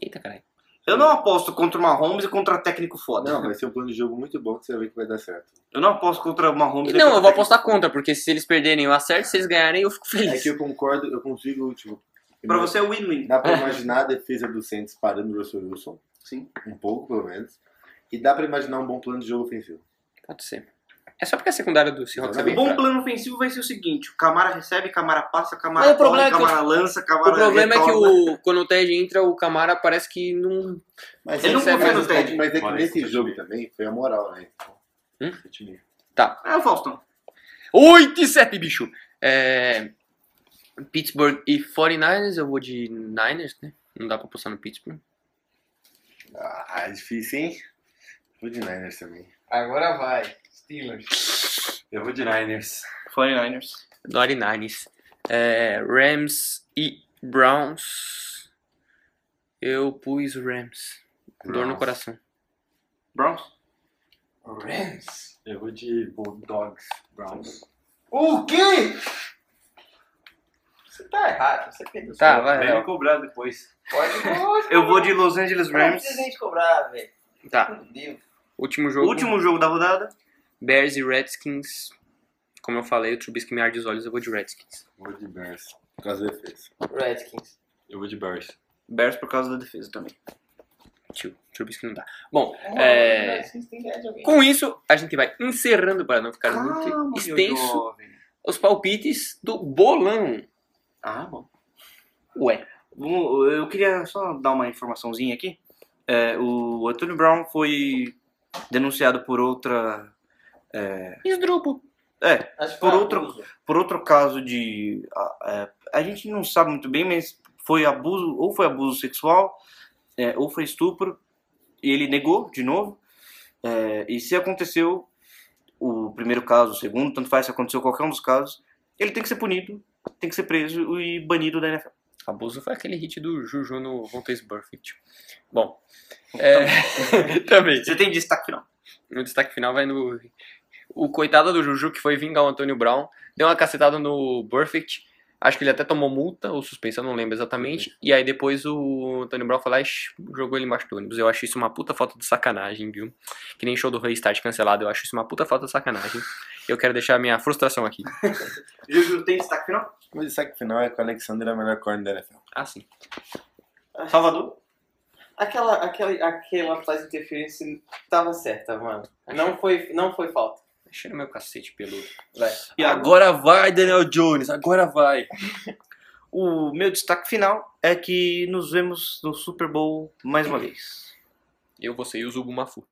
Eita, caralho. Eu não aposto contra o Mahomes e contra técnico foda. Não, vai ser um plano de jogo muito bom que você vai ver que vai dar certo. Eu não aposto contra o Mahomes E e Não, contra eu vou técnico apostar contra, porque se eles perderem eu acerto, se eles ganharem eu fico É feliz. que eu concordo, eu consigo, tipo. foda. Pra você é win-win. Dá pra imaginar a defesa do Saints parando o Russell Wilson. Sim. Um pouco, pelo menos. E dá pra imaginar um bom plano de jogo ofensivo. Pode ser. É só porque a secundária do Seahawks é bem Exatamente. O bom fraca. plano ofensivo vai ser o seguinte: o Camara recebe, Camara passa, Camara Mas o corre, problema é que Camara lança, né? Camara O problema é que Então, retorna. o, quando o Ted entra, o Camara parece que não. Mas Ele é não que- confia no mas- Ted. Mas é que Olha, nesse isso. jogo também foi a moral, né? Hum? Do time. É o Faustão. 8 tá. e 7, bicho! É, Pittsburgh e 49ers, eu vou de Niners, né? Não dá pra postar no Pittsburgh. Ah, é difícil, hein? Vou de Niners também. Agora vai. Steelers. Eu vou de Niners. 49ers. 49ers. É, Rams e Browns. Eu pus Rams. Dor no Browns. coração. Browns. Rams. Eu vou de Bulldogs. Browns. O quê? Você tá errado. Você perdeu. Tá, É, vai. Vem Léo. me cobrar depois. Pode. Eu vou de Los Angeles Não Rams. precisa nem te cobrar, velho. Tá, Meu Deus. último jogo. Último jogo da rodada. Bears e Redskins. Como eu falei, o Trubisky me arde os olhos, eu vou de Redskins. Vou de Bears. Por causa da defesa. Redskins. Eu vou de Bears. Bears por causa da defesa também. Tio, Trubisky não dá. Bom, é, Redskins tem que ganhar de alguém. com isso, a gente vai encerrando para não ficar meu muito extenso jovem. os palpites do bolão. Ah, bom. Ué, Vamos- Eu queria só dar uma informaçãozinha aqui. É, o Antônio Brown foi denunciado por outra. esdrupo. É, Acho que Por foi outro- abuso. por outro caso de. A, é, a- a gente não sabe muito bem, mas foi abuso, ou foi abuso sexual, é, ou foi estupro. E ele negou de novo. É, e se aconteceu o primeiro caso, o segundo, tanto faz se aconteceu qualquer um dos casos, ele tem que ser punido, tem que ser preso e banido da NFL. Abuso foi aquele hit do Juju no Vontaze Perfect. Bom, é, também. Você tem destaque final. Meu destaque final vai no. O coitado do Juju, que foi vingar o Antônio Brown, deu uma cacetada no Perfect. Acho que ele até tomou multa ou suspensão, não lembro exatamente. E aí depois o Antônio Brown foi lá e sh- jogou ele embaixo do ônibus. Eu acho isso uma puta falta de sacanagem, viu? Que nem show do Restart cancelado. Eu acho isso uma puta falta de sacanagem. Eu quero deixar a minha frustração aqui. Juju, tem destaque final? O destaque final é que o Alexander é a melhor corner da NFL. Ah, sim. Salvador? Aquela, aquela, aquela fase de interferência tava certa, mano. Não foi, não foi falta. Cheira meu cacete peludo. Vai. E agora? vai, Daniel Jones. Agora vai. O meu destaque final é que nos vemos no Super Bowl mais uma vez. Eu, você e o Zubumafu.